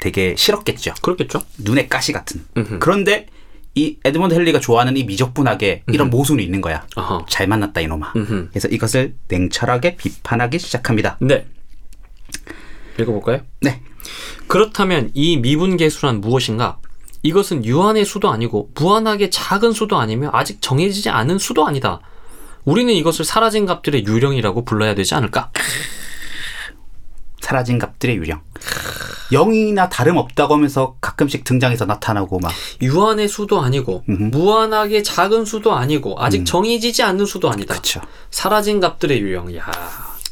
되게 싫었겠죠.
그렇겠죠.
눈에 가시 같은. 그런데 이 에드먼드 헨리가 좋아하는 이 미적분학에 이런 모순이 있는 거야.
아하.
잘 만났다 이놈아. 그래서 이것을 냉철하게 비판하기 시작합니다.
네. 읽어볼까요?
네.
그렇다면 이 미분계수란 무엇인가? 이것은 유한의 수도 아니고 무한하게 작은 수도 아니며 아직 정해지지 않은 수도 아니다. 우리는 이것을 사라진 값들의 유령이라고 불러야 되지 않을까?
사라진 값들의 유령. 영이나 다름없다고 하면서 가끔씩 등장해서 나타나고 막
유한의 수도 아니고 무한하게 작은 수도 아니고 아직 정해지지 않는 수도 아니다.
그쵸.
사라진 값들의 유형. 야,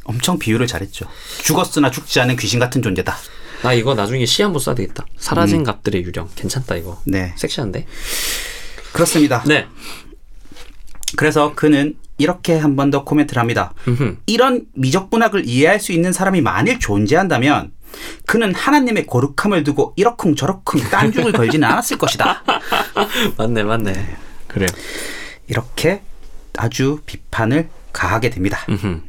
엄청 비유를 잘했죠. 죽었으나 죽지 않은 귀신 같은 존재다.
나 이거 나중에 시 한번 써야 되겠다. 사라진 값들의 유형. 괜찮다 이거.
네.
섹시한데.
그렇습니다.
네.
그래서 그는 이렇게 한 번 더 코멘트를 합니다.
음흠.
이런 미적분학을 이해할 수 있는 사람이 만일 존재한다면 그는 하나님의 거룩함을 두고 이러쿵 저러쿵 딴죽을 걸지는 않았을 것이다.
맞네, 맞네. 그래요.
이렇게 아주 비판을 가하게 됩니다.
음흠.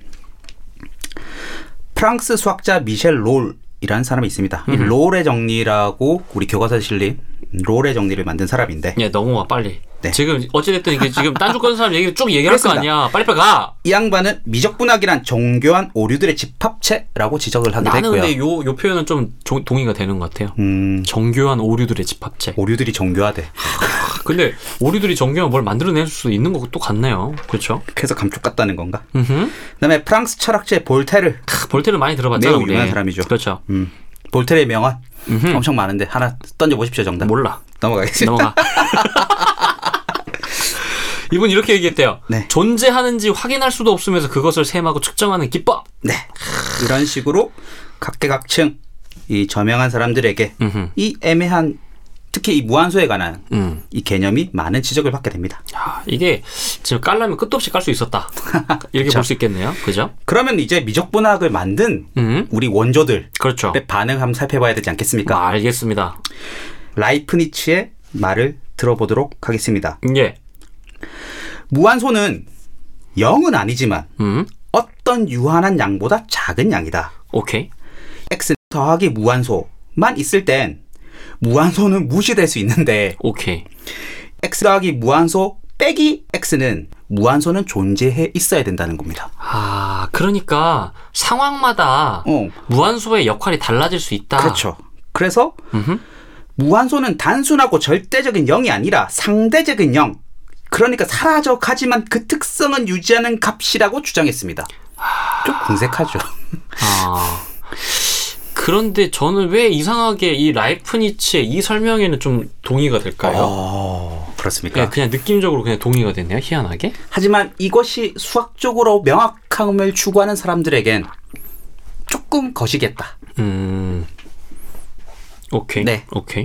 프랑스 수학자 미셸 롤이라는 사람이 있습니다. 이 롤의 정리라고 우리 교과서에 실린 롤의 정리를 만든 사람인데
예, 넘어와 빨리.
네.
지금 어찌됐든 이게 지금 딴주 거는 사람 얘기를 쭉 얘기할 거
그렇습니다.
아니야. 빨리 빨리 가.
이 양반은 미적분학이란 정교한 오류들의 집합체라고 지적을 하게
나는
됐고요.
근데 요, 요 표현은 좀 조- 동의가 되는 것 같아요.
음,
정교한 오류들의 집합체.
오류들이 정교하대.
아, 근데 오류들이 정교한 뭘 만들어낼 수도 있는 것도 같네요. 그렇죠?
그래서 감쪽 같다는 건가?
음흠.
그다음에 프랑스 철학자 볼테르.
크, 볼테를 많이 들어봤잖아요.
매우
우리.
유명한 사람이죠.
그렇죠.
음, 볼테르의 명언 엄청 많은데 하나 던져 보십시오 정답.
몰라.
넘어가겠습니다.
넘어가. 이분 이렇게 얘기했대요.
네.
존재하는지 확인할 수도 없으면서 그것을 셈하고 측정하는 기법.
네. 이런 식으로 각계각층 이 저명한 사람들에게
음흠.
이 애매한 특히 이 무한소에 관한
음.
이 개념이 많은 지적을 받게 됩니다.
야, 이게 지금 깔라면 끝도 없이 깔 수 있었다. 이렇게 볼 수 있겠네요. 그죠?
그러면 이제 미적분학을 만든
음.
우리 원조들의
그렇죠.
반응 한번 살펴봐야 되지 않겠습니까?
아, 알겠습니다.
라이프니츠의 말을 들어보도록 하겠습니다.
예.
무한소는 0은 아니지만
음.
어떤 유한한 양보다 작은 양이다.
오케이.
x 더하기 무한소만 있을 땐 무한소는 무시될 수 있는데
오케이.
x 더하기 무한소 빼기 x는 무한소는 존재해 있어야 된다는 겁니다.
아, 그러니까 상황마다
어.
무한소의 역할이 달라질 수 있다.
그렇죠. 그래서
아. 음흠.
무한소는 단순하고 절대적인 0이 아니라 상대적인 0. 그러니까 사라져 가지만 그 특성은 유지하는 값이라고 주장했습니다. 좀 궁색하죠.
아. 그런데 저는 왜 이상하게 이 라이프니츠의 이 설명에는 좀 동의가 될까요?
어, 그렇습니까?
그냥, 그냥 느낌적으로 그냥 동의가 됐네요. 희한하게.
하지만 이것이 수학적으로 명확함을 추구하는 사람들에겐 조금 거시겠다.
음. 오케이.
네.
오케이.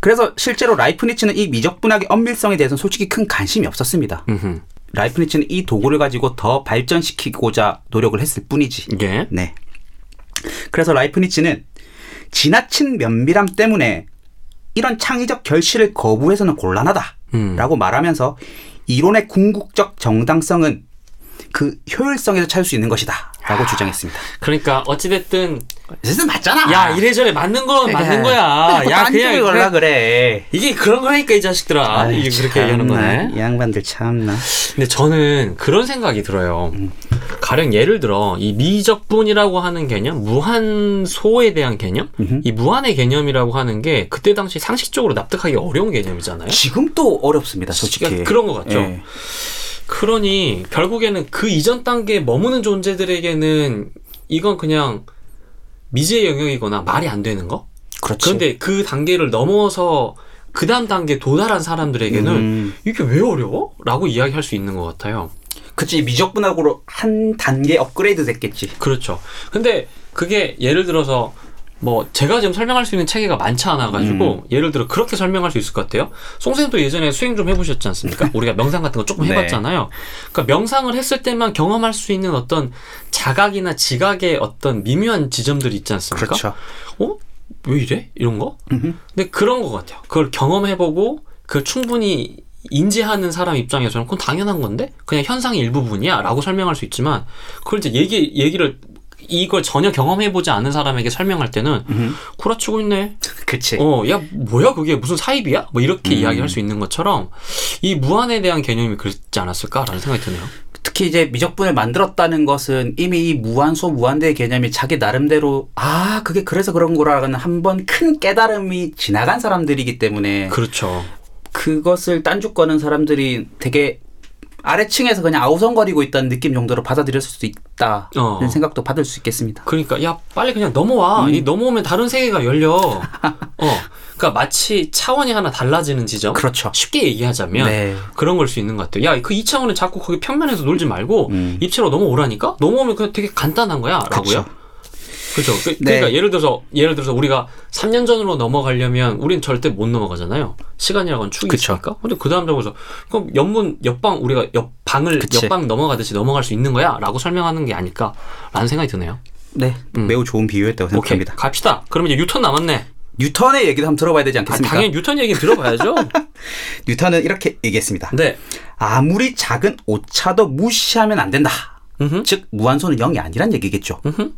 그래서 실제로 라이프니츠는 이 미적분학의 엄밀성에 대해서는 솔직히 큰 관심이 없었습니다.
음흠.
라이프니츠는 이 도구를 가지고 더 발전시키고자 노력을 했을 뿐이지.
예.
네. 그래서 라이프니츠는 지나친 면밀함 때문에 이런 창의적 결실을 거부해서는
음.
곤란하다라고 말하면서 이론의 궁극적 정당성은 그 효율성에서 찾을 수 있는 것이다라고 주장했습니다.
그러니까 어찌됐든
사실 맞잖아.
야 이래저래 맞는 건 맞는 거야. 야 그냥
뭐 걸라
그냥-
그래.
이게 그런 거니까 이 자식들아. 이게 그렇게 얘기하는 거네.
이 양반들 참나.
근데 저는 그런 생각이 들어요. 가령 예를 들어 이 미적분이라고 하는 개념, 무한소에 대한 개념, 이 무한의 개념이라고 하는 게 그때 당시 상식적으로 납득하기 어려운 개념이잖아요.
지금도 어렵습니다,
그러니까
솔직히.
그런 것 같죠.
예.
그러니 결국에는 그 이전 단계에 머무는 존재들에게는 이건 그냥 미지의 영역이거나 말이 안 되는 거.
그렇지.
그런데 그 단계를 넘어서 그 다음 단계에 도달한 사람들에게는
음.
이게 왜 어려워? 라고 이야기할 수 있는 것 같아요.
그치 미적분학으로 한 단계 업그레이드 됐겠지.
그렇죠. 근데 그게 예를 들어서 뭐 제가 지금 설명할 수 있는 체계가 많지 않아
음.
가지고 예를 들어 그렇게 설명할 수 있을 것 같아요. 송쌤도 예전에 수행 좀 해보셨지 않습니까? 우리가 명상 같은 거 조금
네.
해봤잖아요. 그러니까 명상을 했을 때만 경험할 수 있는 어떤 자각이나 지각의 어떤 미묘한 지점들이 있지
그러니까?
않습니까?
그렇죠.
어? 왜 이래? 이런 거?
음흠.
근데 그런 것 같아요. 그걸 경험해보고 그걸 충분히 인지하는 사람 입장에서는 그건 당연한 건데 그냥 현상의 일부분이야 라고 설명할 수 있지만 그걸 이제 얘기, 얘기를 이걸 전혀 경험해보지 않은 사람에게 설명할 때는 구라치고 있네
그치.
어, 야, 뭐야, 그게 무슨 사입이야? 뭐
음.
이렇게 이야기할 수 있는 것처럼 이 무한에 대한 개념이 그렇지 않았을까라는 생각이 드네요.
특히 이제 미적분을 만들었다는 것은 이미 이 무한소 무한대의 개념이 자기 나름대로 아 그게 그래서 그런 거라는 한 번 큰 깨달음이 지나간 네. 사람들이기 때문에 그,
그렇죠.
그것을 딴죽 거는 사람들이 되게 아래층에서 그냥 아우성거리고 있다는 느낌 정도로 받아들였을 수도 있다는
어.
생각도 받을 수 있겠습니다.
그러니까 야 빨리 그냥 넘어와.
음.
이 넘어오면 다른 세계가 열려. 어. 그러니까 마치 차원이 하나 달라지는 지점.
그렇죠.
쉽게 얘기하자면
네.
그런 걸 수 있는 것 같아요. 야, 그 2차원은 자꾸 거기 평면에서 놀지 말고
음.
입체로 넘어오라니까? 넘어오면 그냥 되게 간단한 거야. 라고요.
그쵸.
그렇죠. 그,
네.
러니까 예를 들어서 예를 들어서 우리가 3년 전으로 넘어가려면 우린 절대 못 넘어가잖아요. 시간이라는 건 축이
그쵸.
있으니까. 근데 그 다음 장에서 그럼 옆문 옆방 우리가 옆방을
그치.
옆방 넘어가듯이 넘어갈 수 있는 거야라고 설명하는 게 아닐까라는 생각이 드네요.
네. 매우 좋은 비유였다고
음. 오케이.
생각합니다.
갑시다. 그럼 이제 뉴턴 남았네.
뉴턴의 얘기도 한번 들어봐야 되지
아,
않겠습니까?
당연히 뉴턴 얘기 들어봐야죠.
뉴턴은 이렇게 얘기했습니다.
네.
아무리 작은 오차도 무시하면 안 된다.
음흠.
즉 무한소는 0이 아니란 얘기겠죠.
음흠.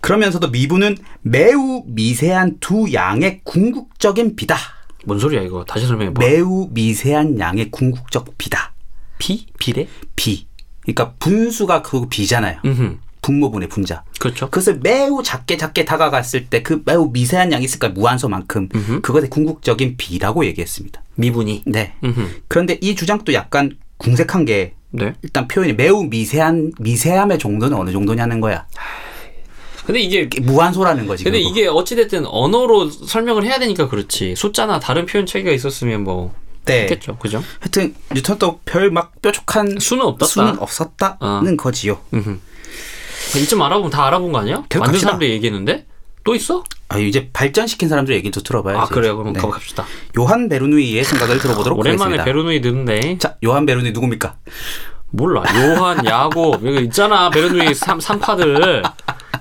그러면서도 미부는 매우 미세한 두 양의 궁극적인 비다.
뭔 소리야 이거? 다시 설명해 봐.
매우 미세한 양의 궁극적 비다.
비 비례?
비. 그러니까 분수가 그 비잖아요.
음.
분모분의 분자.
그렇죠.
그것을 매우 작게 작게 다가갔을 때 그 매우 미세한 양이 있을까 무한소만큼 그것의 궁극적인 비라고 얘기했습니다.
미분이.
네.
음흠.
그런데 이 주장도 약간 궁색한 게
네.
일단 표현이 매우 미세한 미세함의 정도는 어느 정도냐는 거야.
근데 이게
이게 무한소라는 거지.
근데
결국.
이게 어찌됐든 언어로 설명을 해야 되니까 그렇지. 숫자나 다른 표현 체계가 있었으면 뭐
네.
했겠죠. 그죠?
하여튼 뉴턴도 별 막 뾰족한
수는 없었다.
수는 없었다는
아.
거지요.
음흠. 이쯤 알아보면 다 알아본 거 아니야?
계속
만든
갑시다.
사람들이 얘기했는데 또 있어?
아, 이제 발전시킨 사람들 얘기 좀 들어봐야지.
아 그래요. 그럼
네.
가봅시다.
요한 베르누이의 생각을 들어보도록
오랜만에
하겠습니다.
베르누이 듣는데
자, 요한 베르누이 누굽니까?
몰라. 요한, 야곱 이거 있잖아. 베르누이 삼 삼파들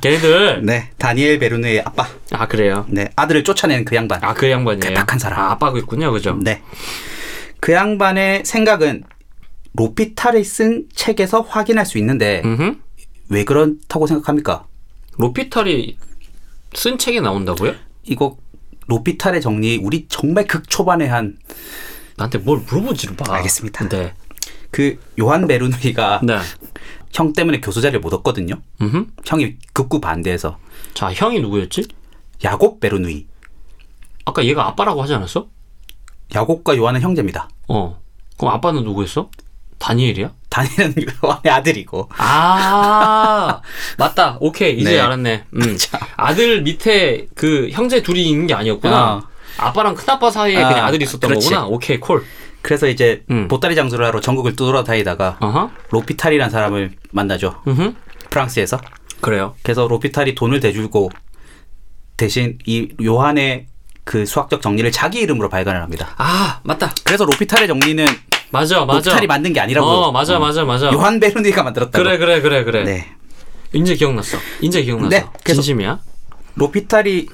걔네들.
네, 다니엘 베르누이의 아빠.
아 그래요.
네, 아들을 쫓아낸 그 양반.
아 그 양반이에요.
괴팍한 사람.
아, 아빠가 있군요. 그죠?
네. 그 양반의 생각은 로피탈이 쓴 책에서 확인할 수 있는데
음흠.
왜 그렇다고 생각합니까?
로피탈이 쓴 책에 나온다고요?
이거 로피탈의 정리 우리 정말 극 초반에 한 그
나한테 뭘 물어보지를 봐.
알겠습니다.
네.
그 요한 베르누이가
네.
형 때문에 교수 자리를 못 얻거든요.
음흠.
형이 극구 반대해서
자, 형이 누구였지?
야곱 베르누이.
아까 얘가 아빠라고 하지 않았어?
야곱과 요한은 형제입니다.
어. 그럼 아빠는 누구였어? 다니엘이야?
다니는 요한의 아들이고.
아, 맞다. 오케이. 이제
네.
알았네. 음. 아들 밑에 그 형제 둘이 있는 게 아니었구나.
아.
아. 빠랑 큰아빠 사이에
아,
그냥 아들이 있었던
그렇지.
거구나. 오케이, 콜.
그래서 이제
음.
보따리 장수를 하러 전국을 떠돌아다니다가
어허.
로피탈이라는 사람을 만나죠.
음
프랑스에서.
그래요.
그래서 로피탈이 돈을 대주고 대신 이 요한의 그 수학적 정리를 자기 이름으로 발간을 합니다.
아, 맞다.
그래서 로피탈의 정리는
맞아, 맞아.
로피탈이 만든 게 아니라고.
어, 맞아, 맞아, 맞아.
요한 베르누이가 만들었다고.
그래, 그래, 그래, 그래.
네.
이제 기억났어. 이제 기억났어.
네, 계속.
진심이야.
로피탈이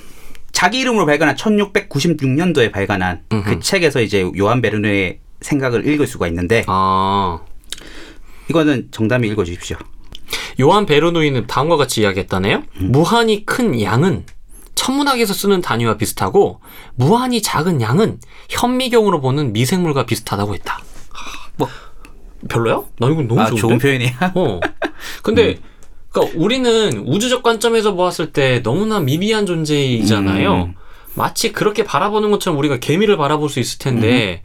자기 이름으로 발간한 1696년도에 발간한 그 책에서 이제 요한 베르누의 생각을 읽을 수가 있는데
아.
이거는 정담이 읽어 주십시오.
요한 베르누이는 다음과 같이 이야기했다네요.
음.
무한히 큰 양은 천문학에서 쓰는 단위와 비슷하고 무한히 작은 양은 현미경으로 보는 미생물과 비슷하다고 했다.
뭐.
별로야? 나 이건 너무
아,
좋은데?
좋은 표현이야.
어. 근데 그러니까 우리는 우주적 관점에서 보았을 때 너무나 미비한 존재이잖아요.
음.
마치 그렇게 바라보는 것처럼 우리가 개미를 바라볼 수 있을 텐데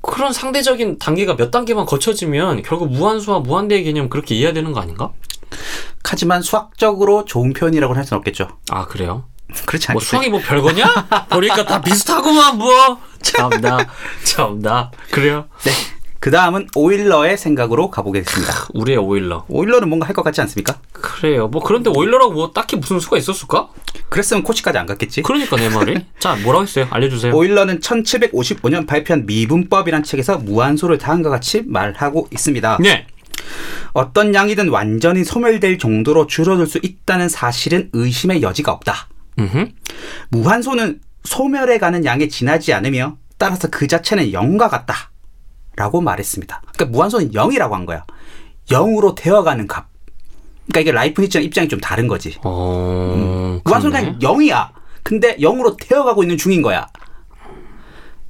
그런 상대적인 단계가 몇 단계만 거쳐지면 결국 무한수와 무한대의 개념 그렇게 이해되는 거 아닌가?
하지만 수학적으로 좋은 표현이라고는 할 수는 없겠죠.
아 그래요?
그렇지 않겠어요?
뭐 수학이 뭐 별거냐? 보니까 다 비슷하구만 뭐. 참나 참나 그래요.
네. 그 다음은 오일러의 생각으로 가보겠습니다.
우리의 오일러.
오일러는 뭔가 할 것 같지 않습니까?
그래요. 뭐 그런데 오일러라고 뭐 딱히 무슨 수가 있었을까?
그랬으면 코치까지 안 갔겠지. 네.
그러니까 내 말이. 자 뭐라고 했어요? 알려주세요.
오일러는 1755년 발표한 미분법이란 책에서 무한소를 다음과 같이 말하고 있습니다.
네.
어떤 양이든 완전히 소멸될 정도로 줄어들 수 있다는 사실은 의심의 여지가 없다.
음흠.
무한소는 소멸해가는 양에 지나지 않으며 따라서 그 자체는 0과 같다. 라고 말했습니다. 그러니까 무한소는 0이라고 한 거야. 0으로 되어가는 값. 그러니까 이게 라이프니츠랑 입장이 좀 다른 거지.
어.
무한소는
그러네.
그냥 0이야. 근데 0으로 되어가고 있는 중인 거야.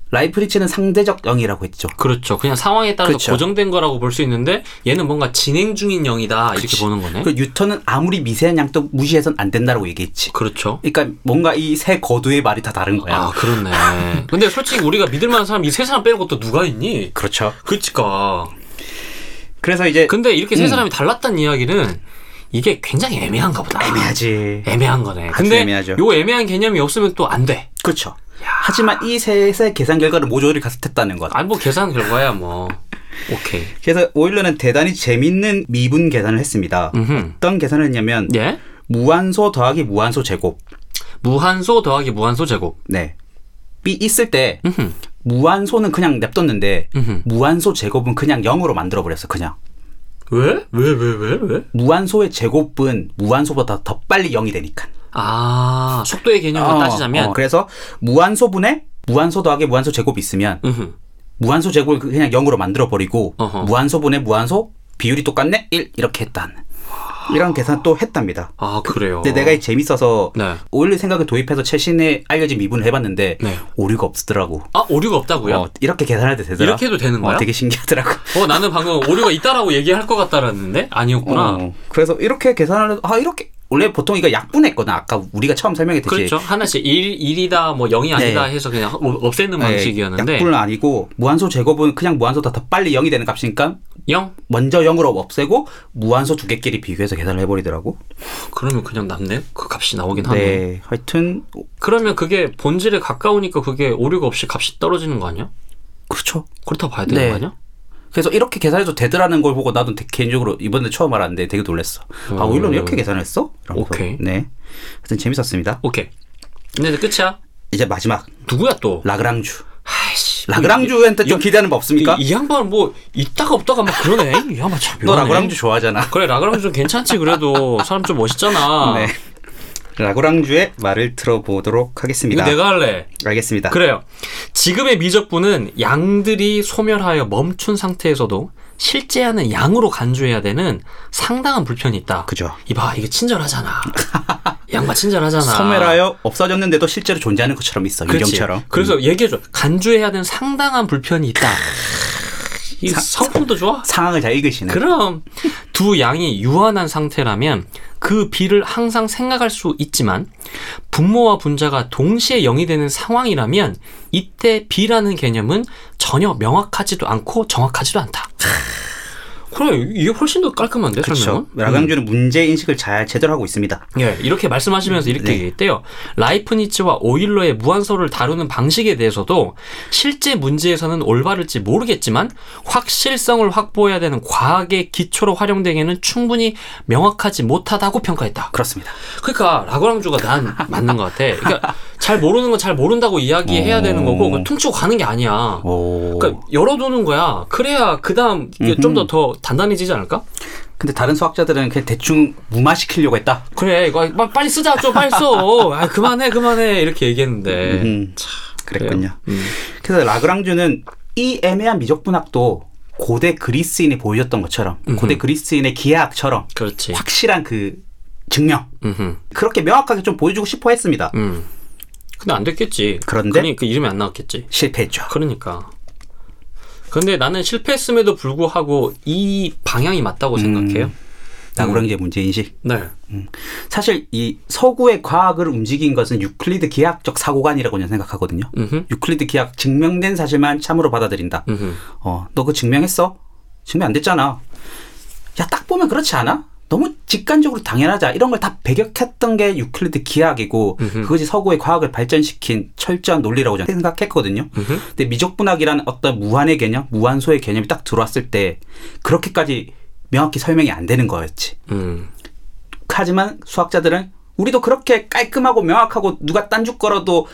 라이프니츠는 상대적 0이라고 했죠.
그렇죠. 그냥 상황에 따라서
그렇죠.
고정된 거라고 볼 수 있는데 얘는 뭔가 진행 중인 영이다 이렇게 보는 거네.
그리고 뉴턴은 아무리 미세한 양도 무시해선 안 된다라고 얘기했지.
그렇죠.
그러니까 뭔가 이 세 거두의 말이 다 다른 거야.
아 그렇네. 근데 솔직히 우리가 믿을 만한 사람 이 세 사람 빼는 것도 누가 있니?
그렇죠.
그치까.
그래서 이제
근데 이렇게
음.
세 사람이 달랐다는 이야기는 이게 굉장히 애매한가 보다.
애매하지.
애매한 거네.
아주
근데
애매하죠.
요 애매한 개념이 없으면 또 안 돼.
그렇죠. 하지만 이 셋의 계산 결과를 모조리 같았다는 것.
아, 안뭐 계산 결과야 뭐. 오케이.
그래서 오일러는 대단히 재밌는 미분 계산을 했습니다.
음흠.
어떤 계산을 했냐면
예.
무한소 더하기 무한소 제곱.
무한소 더하기 무한소 제곱.
네. 이 있을 때
음흠.
무한소는 그냥 냅뒀는데
음흠.
무한소 제곱은 그냥 0으로 만들어 버렸어. 그냥.
왜? 왜 왜 왜 왜, 왜?
무한소의 제곱은 무한소보다 더 빨리 0이 되니까.
아 속도의 개념을
어,
따지자면.
어, 그래서 무한소분에 무한소 더하기 무한소 제곱이 있으면
음흠.
무한소 제곱을 그냥 0으로 만들어 버리고
어허.
무한소분의 무한소 비율이 똑같네 1 이렇게 했단 이런 계산 또 했답니다.
아 그래요.
근데 내가 이 재밌어서
네.
오일리 생각을 도입해서 최신에 알려진 미분을 해봤는데
네.
오류가 없더라고.
아 오류가 없다고요?
어, 이렇게 계산할 때 되더라.
이렇게 해도 되는 거야?
어, 되게 신기하더라고.
어, 나는 방금 오류가 있다라고 얘기할 것 같다라는데 아니었구나.
어, 그래서 이렇게 계산을 아 이렇게 원래 보통 이거 약분했거든. 아까 우리가 처음 설명했듯이
그렇죠. 하나씩 1, 일이다뭐 0이 아니다
네.
해서 그냥 없- 없애는 방식이었는데
약분은 아니고 무한소 제곱은 그냥 무한소다 더 빨리 0이 되는 값이니까
0?
먼저 0으로 없애고 무한소 두 개끼리 비교해서 계산을 해버리더라고.
그러면 그냥 남네? 그 값이 나오긴 하네.
네, 하여튼
그러면 그게 본질에 가까우니까 그게 오류가 없이 값이 떨어지는 거 아니야?
그렇죠.
그렇다 봐야 되는
네.
거 아니야?
그래서 이렇게 계산해도 되더라는 걸 보고 나도 되- 개인적으로 이번에 처음 알았는데 되게 놀랐어. 아,
음.
오일러는 이렇게 계산했어? 이러면서.
오케이.
네. 하여튼 재밌었습니다.
오케이. 근데 이제 끝이야.
이제 마지막
누구야 또?
라그랑주.
아이씨.
라그랑주한테 좀 기대하는 법
이,
없습니까?
이 양반 뭐 있다가 없다가 막 그러네. 이 양반 참
너
묘하네.
라그랑주 좋아하잖아.
그래 라그랑주 좀 괜찮지 그래도 사람 좀 멋있잖아.
네. 라그랑주의 말을 들어보도록
이거
하겠습니다.
내가 할래.
알겠습니다.
그래요. 지금의 미적분은 양들이 소멸하여 멈춘 상태에서도 실제하는 양으로 간주해야 되는 상당한 불편이 있다.
그죠.
이봐, 이게 친절하잖아. 양반 친절하잖아.
소멸하여 없어졌는데도 실제로 존재하는 것처럼 있어.
그렇지.
유령처럼. 음.
그래서 얘기해줘. 간주해야 되는 상당한 불편이 있다. 이 성품도 좋아.
상황을 잘 읽으시네.
그럼 두 양이 유한한 상태라면 그 비를 항상 생각할 수 있지만 분모와 분자가 동시에 0이 되는 상황이라면 이때 비라는 개념은 전혀 명확하지도 않고 정확하지도 않다. 그래 이게 훨씬 더 깔끔한데
그렇죠.
설명은?
라강주는 문제 인식을 잘 제대로 하고 있습니다.
예, 이렇게 말씀하시면서 이렇게
네.
얘기했대요. 라이프니츠와 오일러의 무한소를 다루는 방식에 대해서도 실제 문제에서는 올바를지 모르겠지만 확실성을 확보해야 되는 과학의 기초로 활용되기에는 충분히 명확하지 못하다고 평가했다.
그렇습니다.
그러니까 라그랑주가 난 맞는 것 같아. 그러니까 잘 모르는 건 잘 모른다고 이야기해야
오.
되는 거고 그걸 퉁치고 가는 게 아니야.
오.
그러니까 열어두는 거야. 그래야 그 다음 좀 더 더 단단해지지 않을까?
근데 다른 수학자들은 그냥 대충 무마시키려고 했다.
그래 이거 빨리, 빨리 쓰자 좀 빨리 써 아, 그만해 그만해 이렇게 얘기했는데
음, 그랬군요.
네. 그래요. 음.
그래서 라그랑주는 이 애매한 미적분학도 고대 그리스인이 보여줬던 것처럼
음.
고대 그리스인의 기하학처럼
그렇지
확실한 그 증명
음흠.
그렇게 명확하게 좀 보여주고 싶어 했습니다.
음 근데 안 됐겠지
그런데?
그니- 그 이름이 안 나왔겠지
실패했죠.
그러니까 근데 나는 실패했음에도 불구하고 이 방향이 맞다고 생각해요
라그랑주의 문제 인식.
음. 네
사실 이 서구의 과학을 움직인 것은 유클리드 기하학적 사고관이라고 저는 생각하거든요.
음흠.
유클리드 기하학 증명된 사실만 참으로 받아들인다.
음흠.
어, 너 그거 증명했어? 증명 안 됐잖아. 야, 딱 보면 그렇지 않아? 너무 직관적으로 당연하자. 이런 걸 다 배격했던 게 유클리드 기하학이고, 그것이 서구의 과학을 발전시킨 철저한 논리라고 저는 생각했거든요. 근데 미적분학이라는 어떤 무한의 개념, 무한소의 개념이 딱 들어왔을 때, 그렇게까지 명확히 설명이 안 되는 거였지.
음.
하지만 수학자들은 우리도 그렇게 깔끔하고 명확하고 누가 딴죽 걸어도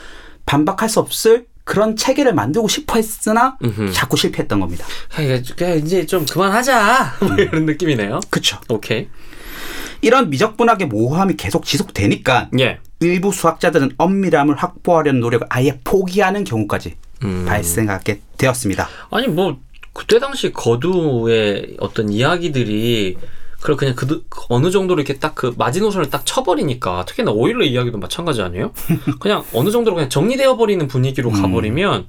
반박할 수 없을 그런 체계를 만들고 싶어 했으나
음흠.
자꾸 실패했던 겁니다.
아, 이거 그냥 이제 좀 그만하자 뭐 이런 느낌이네요
그쵸.
오케이
이런 미적분학의 모호함이 계속 지속되니까
예
일부 수학자들은 엄밀함을 확보하려는 노력을 아예 포기하는 경우까지
음.
발생하게 되었습니다.
아니 뭐 그때 당시 거두의 어떤 이야기들이 그걸 그냥 그 어느 정도로 이렇게 딱 그 마지노선을 딱 쳐버리니까 특히나 오일러 이야기도 마찬가지 아니에요? 그냥 어느 정도로 그냥 정리되어 버리는 분위기로 가버리면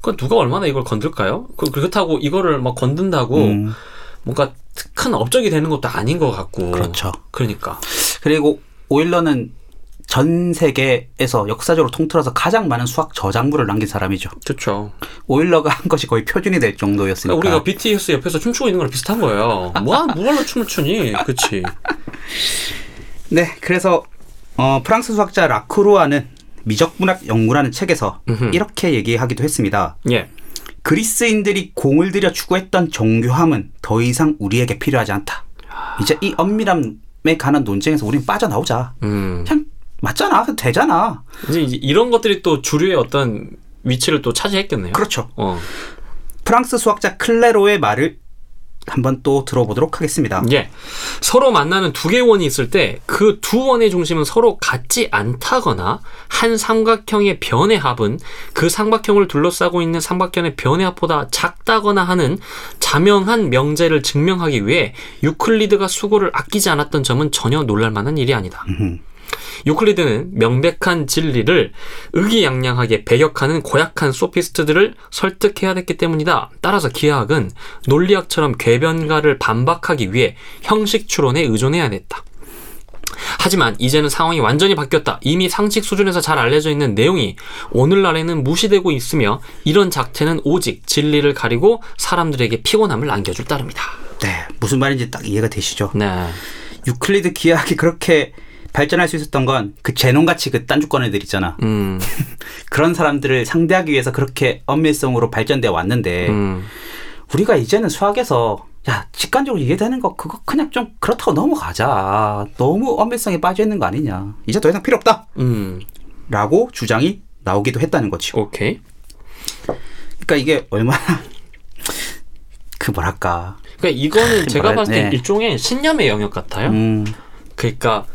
그 누가 얼마나 이걸 건들까요? 그 그렇다고 이거를 막 건든다고
음.
뭔가 특한 업적이 되는 것도 아닌 것 같고
그렇죠.
그러니까
그리고 오일러는 전 세계에서 역사적으로 통틀어서 가장 많은 수학 저작물을 남긴 사람이죠.
그렇죠.
오일러가 한 것이 거의 표준이 될 정도였으니까.
그러니까 우리가 BTS 옆에서 춤추고 있는 거랑 비슷한 거예요. 뭐 무얼로 춤을 추니? 그렇지.
네, 그래서 어, 프랑스 수학자 라크루아는 미적분학 연구라는 책에서 이렇게 얘기하기도 했습니다.
예.
그리스인들이 공을 들여 추구했던 정교함은 더 이상 우리에게 필요하지 않다. 이제 이 엄밀함에 관한 논쟁에서 우린 빠져나오자.
음.
그냥 맞잖아, 되잖아.
이제 이제 이런 것들이 또 주류의 어떤 위치를 또 차지했겠네요.
그렇죠.
어.
프랑스 수학자 클레로의 말을 한번 또 들어보도록 하겠습니다.
예. 서로 만나는 두 개의 원이 있을 때 그 두 원의 중심은 서로 같지 않다거나 한 삼각형의 변의 합은 그 삼각형을 둘러싸고 있는 삼각형의 변의 합보다 작다거나 하는 자명한 명제를 증명하기 위해 유클리드가 수고를 아끼지 않았던 점은 전혀 놀랄 만한 일이 아니다. 유클리드는 명백한 진리를 의기양양하게 배격하는 고약한 소피스트들을 설득해야 됐기 때문이다. 따라서 기하학은 논리학처럼 궤변가를 반박하기 위해 형식 추론에 의존해야 됐다. 하지만 이제는 상황이 완전히 바뀌었다. 이미 상식 수준에서 잘 알려져 있는 내용이 오늘날에는 무시되고 있으며 이런 작태는 오직 진리를 가리고 사람들에게 피곤함을 안겨줄 따름이다.
네, 무슨 말인지 딱 이해가 되시죠?
네.
유클리드 기하학이 그렇게 발전할 수 있었던 건 그 제논같이 그 딴주권 애들 있잖아.
음.
그런 사람들을 상대하기 위해서 그렇게 엄밀성으로 발전돼 왔는데
음.
우리가 이제는 수학에서 야 직관적으로 이해되는 거 그거 그냥 좀 그렇다고 넘어가자. 너무 엄밀성에 빠져 있는 거 아니냐. 이제 더 이상 필요
음.
없다라고 주장이 나오기도 했다는 거죠.
오케이.
그러니까 이게 얼마나 그 뭐랄까.
그러니까 이거는 제가 봤을 때
네.
일종의 신념의 영역 같아요.
음,
그러니까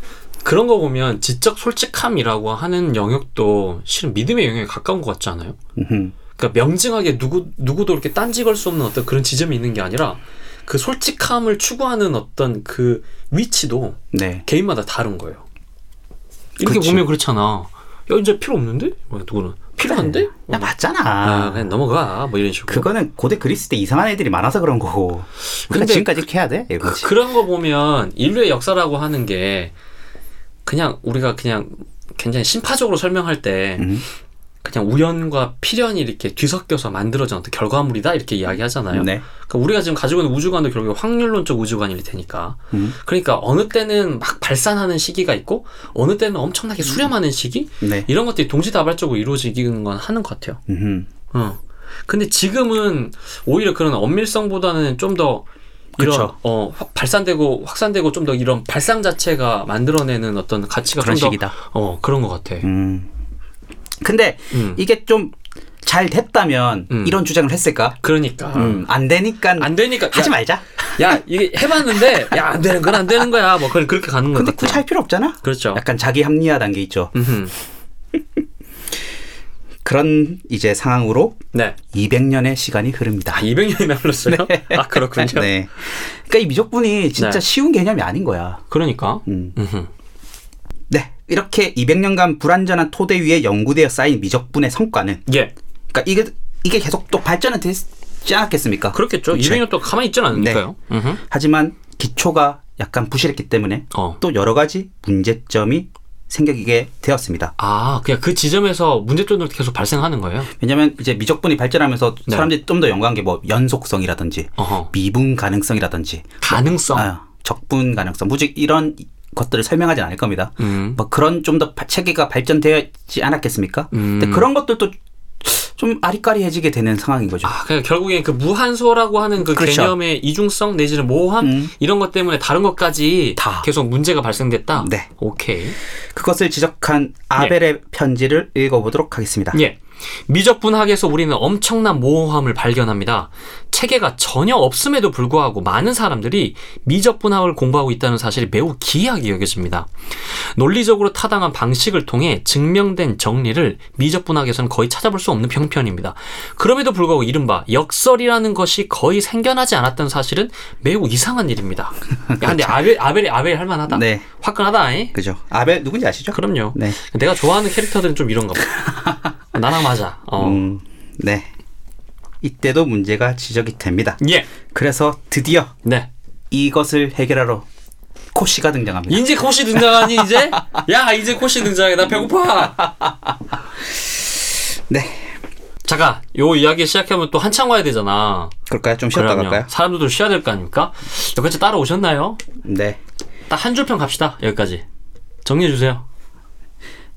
그런 거 보면 지적 솔직함이라고 하는 영역도 실은 믿음의 영역에 가까운 것 같지 않아요?
음흠.
그러니까 명징하게 누구 누구도 이렇게 딴지 걸 수 없는 어떤 그런 지점이 있는 게 아니라 그 솔직함을 추구하는 어떤 그 위치도
네.
개인마다 다른 거예요. 이렇게
그치.
보면 그렇잖아. 야 이제 필요 없는데? 뭐 누구는 필요한데?
야
아
맞잖아.
그냥 넘어가 뭐 이런 식으로.
그거는 고대 그리스 때 이상한 애들이 많아서 그런 거고. 우리가
근데
지금까지 이렇게 해야 돼? 이거지.
그, 런거 보면 인류의 역사라고 하는 게 그냥 우리가 그냥 굉장히 심파적으로 설명할 때
음.
그냥 우연과 필연이 이렇게 뒤섞여서 만들어진 어떤 결과물이다 이렇게 이야기하잖아요.
네.
그러니까 우리가 지금 가지고 있는 우주관도 결국 확률론적 우주관일 테니까.
음.
그러니까 어느 때는 막 발산하는 시기가 있고 어느 때는 엄청나게 수렴하는 시기
네.
이런 것들이 동시다발적으로 이루어지는 건 하는 것 같아요.
음흠.
어. 근데 지금은 오히려 그런 엄밀성보다는 좀 더 이런
그쵸.
어, 확- 발산되고 확산되고 좀 더 이런 발상 자체가 만들어내는 어떤 가치가
그런
좀
식이다.
더, 어 그런 것 같아.
음. 근데
음.
이게 좀 잘 됐다면
음.
이런 주장을 했을까?
그러니까
음, 안 되니까
안 되니까
하지
야,
말자.
야 이게 해봤는데 야 안 되는 건 안 되는 거야. 뭐 그냥 그렇게 가는
근데
거니까.
굳이 할 필요 없잖아.
그렇죠.
약간 자기 합리화 단계 있죠.
음흠.
그런 이제 상황으로
네.
200년의 시간이 흐릅니다.
아 200년이나 흘렀어요. 아 그렇군요.
네. 그러니까 이 미적분이 진짜
네.
쉬운 개념이 아닌 거야.
그러니까.
음.
음흠.
네. 이렇게 200년간 불완전한 토대 위에 연구되어 쌓인 미적분의 성과는
예.
그러니까 이게 이게 계속 또 발전은 되지 않았겠습니까?
그렇겠죠.
그쵸.
200년 동안 가만히 있지는 않으니까요.
네.
음흠.
하지만 기초가 약간 부실했기 때문에
어.
또 여러 가지 문제점이 생기게 되었습니다.
아 그냥 그 지점에서 문제점들도 계속 발생하는 거예요.
왜냐면 이제 미적분이 발전하면서
네.
사람들이 좀 더 연구한 게 뭐 연속성이라든지
어허. 어.
미분 가능성이라든지
가능성.
아, 적분 가능성 무직 이런 것들을 설명하진 않을 겁니다.
음.
뭐 그런 좀 더 체계가 발전되지 않았겠습니까?
음.
근데 그런 것들도 좀 아리까리해지게 되는 상황인 거죠.
아, 그러니까 결국엔 그 무한소라고 하는 그
그렇죠.
개념의 이중성 내지는 모호함
음.
이런 것 때문에 다른 것까지
다.
계속 문제가 발생됐다.
네.
오케이.
그것을 지적한 아벨의 편지를 읽어보도록 하겠습니다.
네. 예. 미적분학에서 우리는 엄청난 모호함을 발견합니다. 체계가 전혀 없음에도 불구하고 많은 사람들이 미적분학을 공부하고 있다는 사실이 매우 기이하게 여겨집니다. 논리적으로 타당한 방식을 통해 증명된 정리를 미적분학에서는 거의 찾아볼 수 없는 형편입니다. 그럼에도 불구하고 이른바 역설이라는 것이 거의 생겨나지 않았던 사실은 매우 이상한 일입니다. 야, 근데 아벨, 아벨이 아벨 할만하다.
네.
화끈하다. 잉?
그죠. 아벨 누군지 아시죠?
그럼요.
네.
내가 좋아하는 캐릭터들은 좀 이런가 봐. 나랑 맞아. 어.
음, 네. 이때도 문제가 지적이 됩니다.
예.
그래서 드디어
네.
이것을 해결하러 코시가 등장합니다.
이제 코시 등장하니 이제? 야 이제 코시 등장해 나 배고파. 예?
네.
잠깐 요 이야기 시작하면 또 한참 와야 되잖아.
그럴까요? 좀 쉬었다
그럼요.
갈까요?
사람들도 좀 쉬어야 될 거 아닙니까? 여기까지 따라오셨나요?
네.
딱 한 줄 평 갑시다 여기까지 정리해 주세요.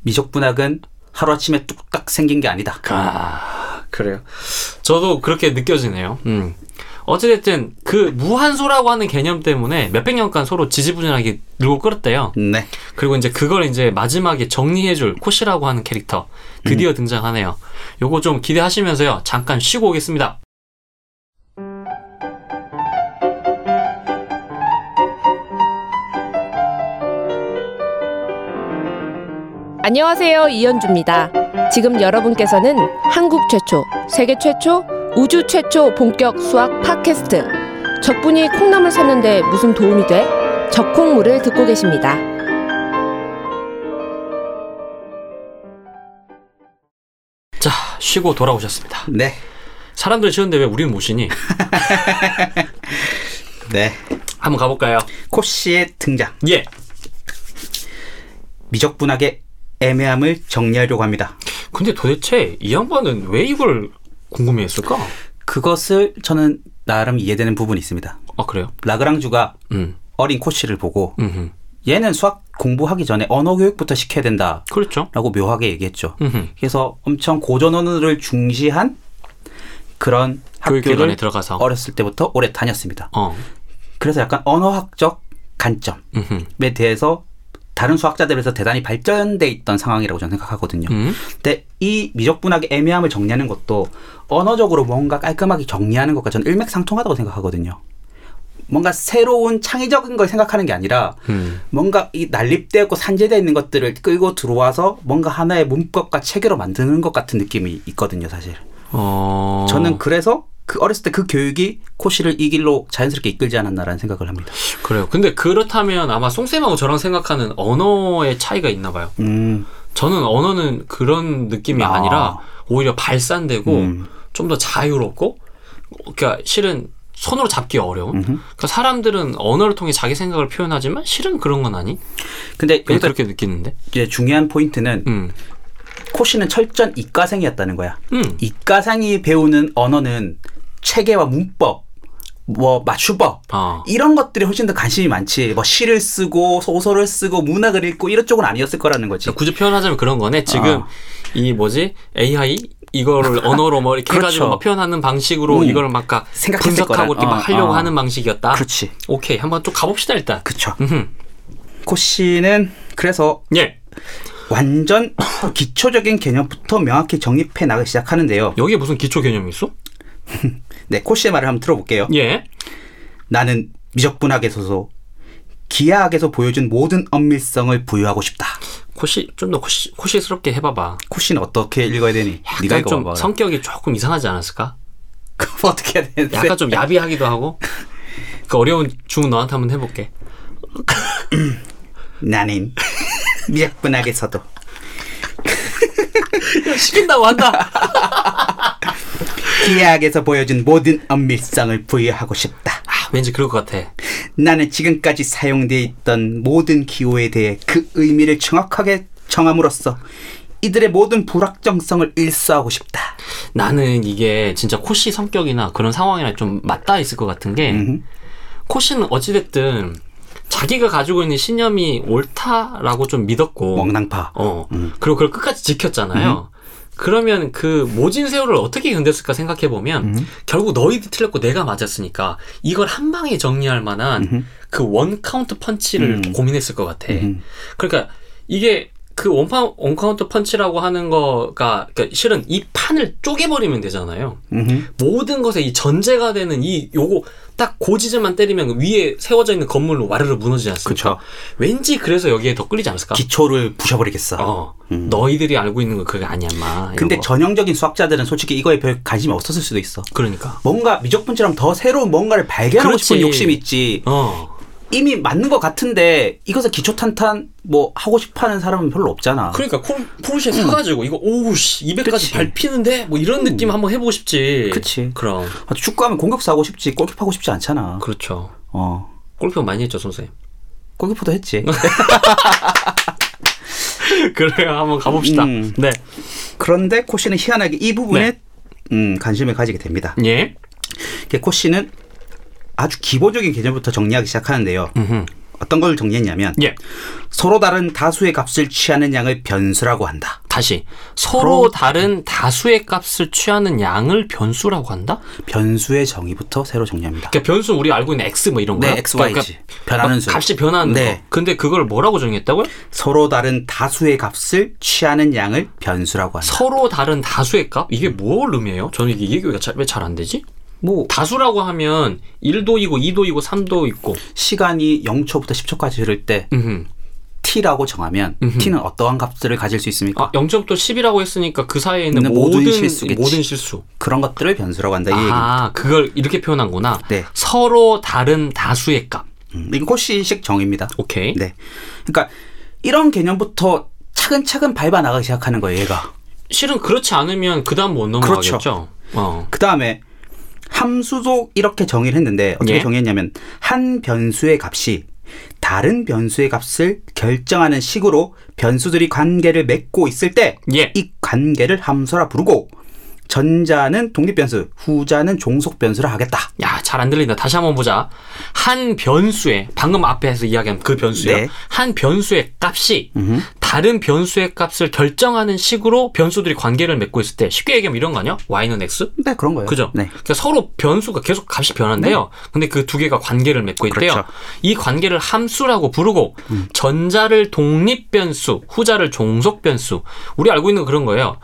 미적분학은 하루아침에 뚝딱 생긴 게 아니다.
아 그래요. 저도 그렇게 느껴지네요. 음. 어찌됐든 그 무한소라고 하는 개념 때문에 몇백 년간 서로 지지부진하게 늘고 끌었대요.
네.
그리고 이제 그걸 이제 마지막에 정리해줄 코시라고 하는 캐릭터 드디어 등장하네요. 요거 좀 기대하시면서요. 잠깐 쉬고 오겠습니다.
안녕하세요. 이현주입니다. 지금 여러분께서는 한국 최초, 세계 최초, 우주 최초 본격 수학 팟캐스트. 적분이 콩나물 샀는데 무슨 도움이 돼? 적콩물을 듣고 계십니다.
자, 쉬고 돌아오셨습니다.
네.
사람들 쉬는데 왜 우리는 못 쉬니?
네.
한번 가볼까요?
코시의 등장.
예.
미적분학의 애매함을 정리하려고 합니다.
근데 도대체 이 양반은 왜 이걸 궁금해 했을까?
그것을 저는 나름 이해되는 부분이 있습니다.
아, 그래요?
라그랑주가
음.
어린 코시를 보고
음흠.
얘는 수학 공부하기 전에 언어 교육부터 시켜야 된다.
그렇죠.
라고 묘하게 얘기했죠.
음흠.
그래서 엄청 고전 언어를 중시한 그런
교육기관에
학교를
들어가서.
어렸을 때부터 오래 다녔습니다.
어.
그래서 약간 언어학적 관점에
음흠.
대해서 다른 수학자들에서 대단히 발전돼 있던 상황이라고 저는 생각하거든요.
음.
근데 이 미적분학의 애매함을 정리하는 것도 언어적으로 뭔가 깔끔하게 정리하는 것과 저는 일맥상통하다고 생각하거든요. 뭔가 새로운 창의적인 걸 생각하는 게 아니라
음.
뭔가 이 난립되었고 산재되어 있는 것들을 끌고 들어와서 뭔가 하나의 문법과 체계로 만드는 것 같은 느낌이 있거든요, 사실.
어.
저는 그래서 그 어렸을 때 그 교육이 코시를 이 길로 자연스럽게 이끌지 않았나라는 생각을 합니다.
그래요. 근데 그렇다면 아마 송쌤하고 저랑 생각하는 언어의 차이가 있나 봐요.
음,
저는 언어는 그런 느낌이
아.
아. 니라 오히려 발산되고
음.
좀 더 자유롭고 그러니까 실은 손으로 잡기 어려운 그러니까 사람들은 언어를 통해 자기 생각을 표현하지만 실은 그런 건 아니
네, 근데
그냥
여기서
그렇게 느끼는데
이제 중요한 포인트는
음.
코시는 철저한 이과생이었다는 거야.
음.
이과생이 배우는 언어는 체계와 문법, 뭐 맞춤법
아.
이런 것들이 훨씬 더 관심이 많지. 뭐 시를 쓰고 소설을 쓰고 문학을 읽고 이런 쪽은 아니었을 거라는 거지.
그러니까 굳이 표현하자면 그런 거네 지금
아.
이 뭐지 AI 이거를 언어로 뭐 이렇게 해가지고
그렇죠.
막 표현하는 방식으로
음.
이걸 막 가-
생각했을
분석하고
거라.
이렇게 막
어,
하려고
어.
하는 방식이었다
그렇지.
오케이 한번 쭉 가봅시다 일단
그쵸.
음.
코시는 그래서
예
완전 기초적인 개념부터 명확히 정립해 나가기 시작하는데요.
여기에 무슨 기초 개념이 있어
네, 코시의 말을 한번 들어볼게요.
예
나는 미적분학에서도 기하학에서 보여준 모든 엄밀성을 부여하고 싶다.
코시 좀 더 코시 코시스럽게 해봐봐
코시는 어떻게 읽어야 되니? 네가
약간 좀
읽어봐.
성격이 조금 이상하지 않았을까?
그럼 어떻게 해야 되는데?
약간 좀 야비하기도 하고. 그 어려운 주문 너한테 한번 해볼게.
나는 미적분학에서도
시킨다고 한다.
기하학에서 보여준 모든 엄밀성을 부여하고 싶다.
아, 왠지 그럴 것 같아.
나는 지금까지 사용돼 있던 모든 기호에 대해 그 의미를 정확하게 정함으로써 이들의 모든 불확정성을 일수하고 싶다.
나는 이게 진짜 코시 성격이나 그런 상황이랑 좀 맞닿아 있을 것 같은 게
음흠.
코시는 어찌됐든 자기가 가지고 있는 신념이 옳다라고 좀 믿었고
멍낭파.
어.
음.
그리고 그걸 끝까지 지켰잖아요. 그러면 그 모진 세월을 어떻게 견뎠을까 생각해 보면
음.
결국 너희도 틀렸고 내가 맞았으니까 이걸 한 방에 정리할 만한 그 원 카운트 펀치를
음.
고민했을 것 같아.
음.
그러니까 이게 그 원파 원 카운트 펀치라고 하는 거가 그러니까 실은 이 판을 쪼개버리면 되잖아요.
음흠.
그러니까 모든 것에 이 전제가 되는 이 요거 딱 고지점만 때리면 위에 세워져 있는 건물로 와르르 무너지지 않습니까?
그쵸.
왠지 그래서 여기에 더 끌리지 않았을까?
기초를 부셔버리겠어.
어, 너희들이 알고 있는 건 그게 아니야, 마.
음. 근데
이런 거.
전형적인 수학자들은 솔직히 이거에 별 관심이 없었을 수도 있어.
그러니까.
뭔가 미적분처럼 더 새로운 뭔가를 발견하고
그렇지.
싶은 욕심이 있지.
어,
이미 맞는 것 같은데 이것을 기초탄탄 뭐 하고 싶어하는 사람은 별로 없잖아.
그러니까 콜- 포르쉐 사가지고 이거 오우씨 200까지
음. 그치. 음.
밟히는데 뭐 이런 느낌 한번 해보고 싶지.
그치.
그럼
아,
그
축구하면 공격수 하고 싶지 골키퍼 하고 싶지 않잖아.
그렇죠.
어.
골프 많이 했죠, 선생님.
골키퍼도
그러니까
했지.
그래요. 한번 가봅시다.
음.
네.
그런데 코시는 희한하게 이 부분에 음, 관심을 가지게 됩니다.
예.
이게 코시는 아주 기본적인 개념부터 정리하기 시작하는데요.
음흠.
어떤 걸 정리했냐면
예.
서로 다른 다수의 값을 취하는 양을 변수라고 한다.
다시 서로 다른 다수의 값을 취하는 양을 변수라고 한다?
변수의 정의부터 새로 정리합니다.
그러니까 변수 우리 알고 있는 x 뭐 이런 거요?
네, x, y, z 변하는 수.
값이 변하는
네.
거. 근데 그걸 뭐라고 정의했다고요?
서로 다른 다수의 값을 취하는 양을 변수라고 한다.
서로 다른 다수의 값? 이게 뭘 의미해요? 저는 이게 이해가 왜 잘 안 되지?
뭐
다수라고 하면 1도이고 2도이고 3도 있고
시간이 0초부터 10초까지 흐를 때
음흠.
t라고 정하면 t는 어떠한 값들을 가질 수 있습니까?
아, 0점부터 10이라고 했으니까 그 사이에 있는
있는
모든,
모든
모든
실수겠지.
실수.
그런 것들을 변수라고 한다 이 얘기입니다.
아, 그걸 이렇게 표현한구나.
네.
서로 다른 다수의 값.
음, 이게 코시식 정의입니다.
오케이.
네. 그러니까 이런 개념부터 차근차근 밟아 나가기 시작하는 거예요, 얘가.
실은 그렇지 않으면 그다음 못 넘어가겠죠. 어.
그 다음에 함수도 이렇게 정의를 했는데 어떻게
예.
정의했냐면 한 변수의 값이 다른 변수의 값을 결정하는 식으로 변수들이 관계를 맺고 있을 때 이
예.
관계를 함수라 부르고 전자는 독립변수, 후자는 종속변수라 하겠다.
야, 잘 안 들린다. 다시 한번 보자. 한 변수의 방금 앞에서 이야기한 그 변수요.
네.
한 변수의 값이 다른 변수의 값을 결정하는 식으로 변수들이 관계를 맺고 있을 때 쉽게 얘기하면 이런 거 아니야? y는 x?
네, 그런 거예요.
그죠?
네.
그러니까 서로 변수가 계속 값이 변한대요. 근데 그 두 개가 관계를 맺고 있대요.
그렇죠. 음.
이 관계를 함수라고 부르고 전자를 독립 변수, 후자를 종속 변수. 우리 알고 있는 그런 거예요.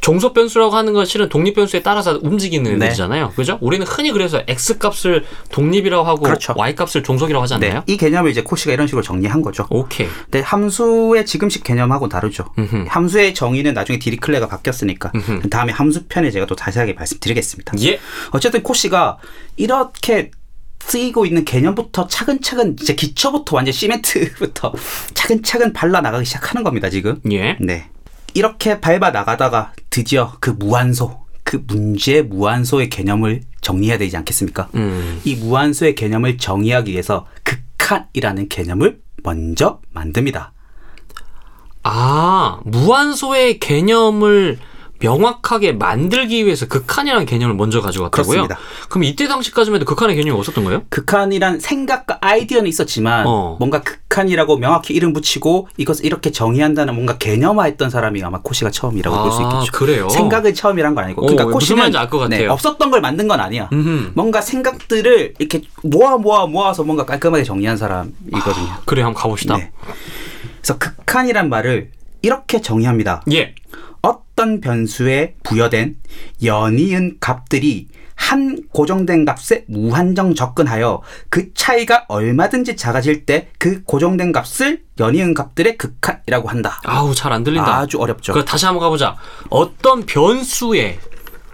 종속 변수라고 하는 건 실은 독립 변수에 따라서 움직이는
네.
애들이잖아요. 그죠? 우리는 흔히 그래서 x 값을 독립이라고 하고
그렇죠.
y 값을 종속이라고 하지
네.
않나요?
이 개념을 이제 코시가 이런 식으로 정리한 거죠.
오케이.
근데 함수의 지금식 개념하고 다르죠. 함수의 정의는 나중에 디리클레가 바뀌었으니까 다음에 함수 편에 제가 또 자세하게 말씀드리겠습니다.
예.
어쨌든 코시가 이렇게 쓰이고 있는 개념부터 차근차근 이제 기초부터 완전 시멘트부터 차근차근 발라 나가기 시작하는 겁니다 지금.
예.
네. 이렇게 밟아 나가다가 드디어 그 무한소, 그 문제 무한소의 개념을 정리해야 되지 않겠습니까?
음.
이 무한수의 개념을 정의하기 위해서 극한이라는 개념을 먼저 만듭니다.
아, 무한소의 개념을 명확하게 만들기 위해서 극한이라는 개념을 먼저 가져왔다고요?
그렇습니다.
그럼 이때 당시까지만 해도 극한의 개념이 없었던 거예요?
극한이란 생각과 아이디어는 있었지만
어.
뭔가 극한이라고 명확히 이름 붙이고 이것을 이렇게 정의한다는 뭔가 개념화했던 사람이 아마 코시가 처음이라고 볼 수
아,
있겠죠.
그래요?
생각은 처음이란 건 아니고
오,
그러니까
무슨
코시는
말인지 알것
네,
같아요.
없었던 걸 만든 건 아니야.
음흠.
뭔가 생각들을 이렇게 모아 모아 모아서 뭔가 깔끔하게 정리한 사람이거든요.
그래, 한번 가봅시다.
네. 그래서 극한이란 말을 이렇게 정의합니다.
예.
어떤 변수에 부여된 연이은 값들이 한 고정된 값에 무한정 접근하여 그 차이가 얼마든지 작아질 때 그 고정된 값을 연이은 값들의 극한이라고 한다.
아우, 잘 안 들린다.
아주 어렵죠.
그럼 다시 한번 가보자. 어떤 변수에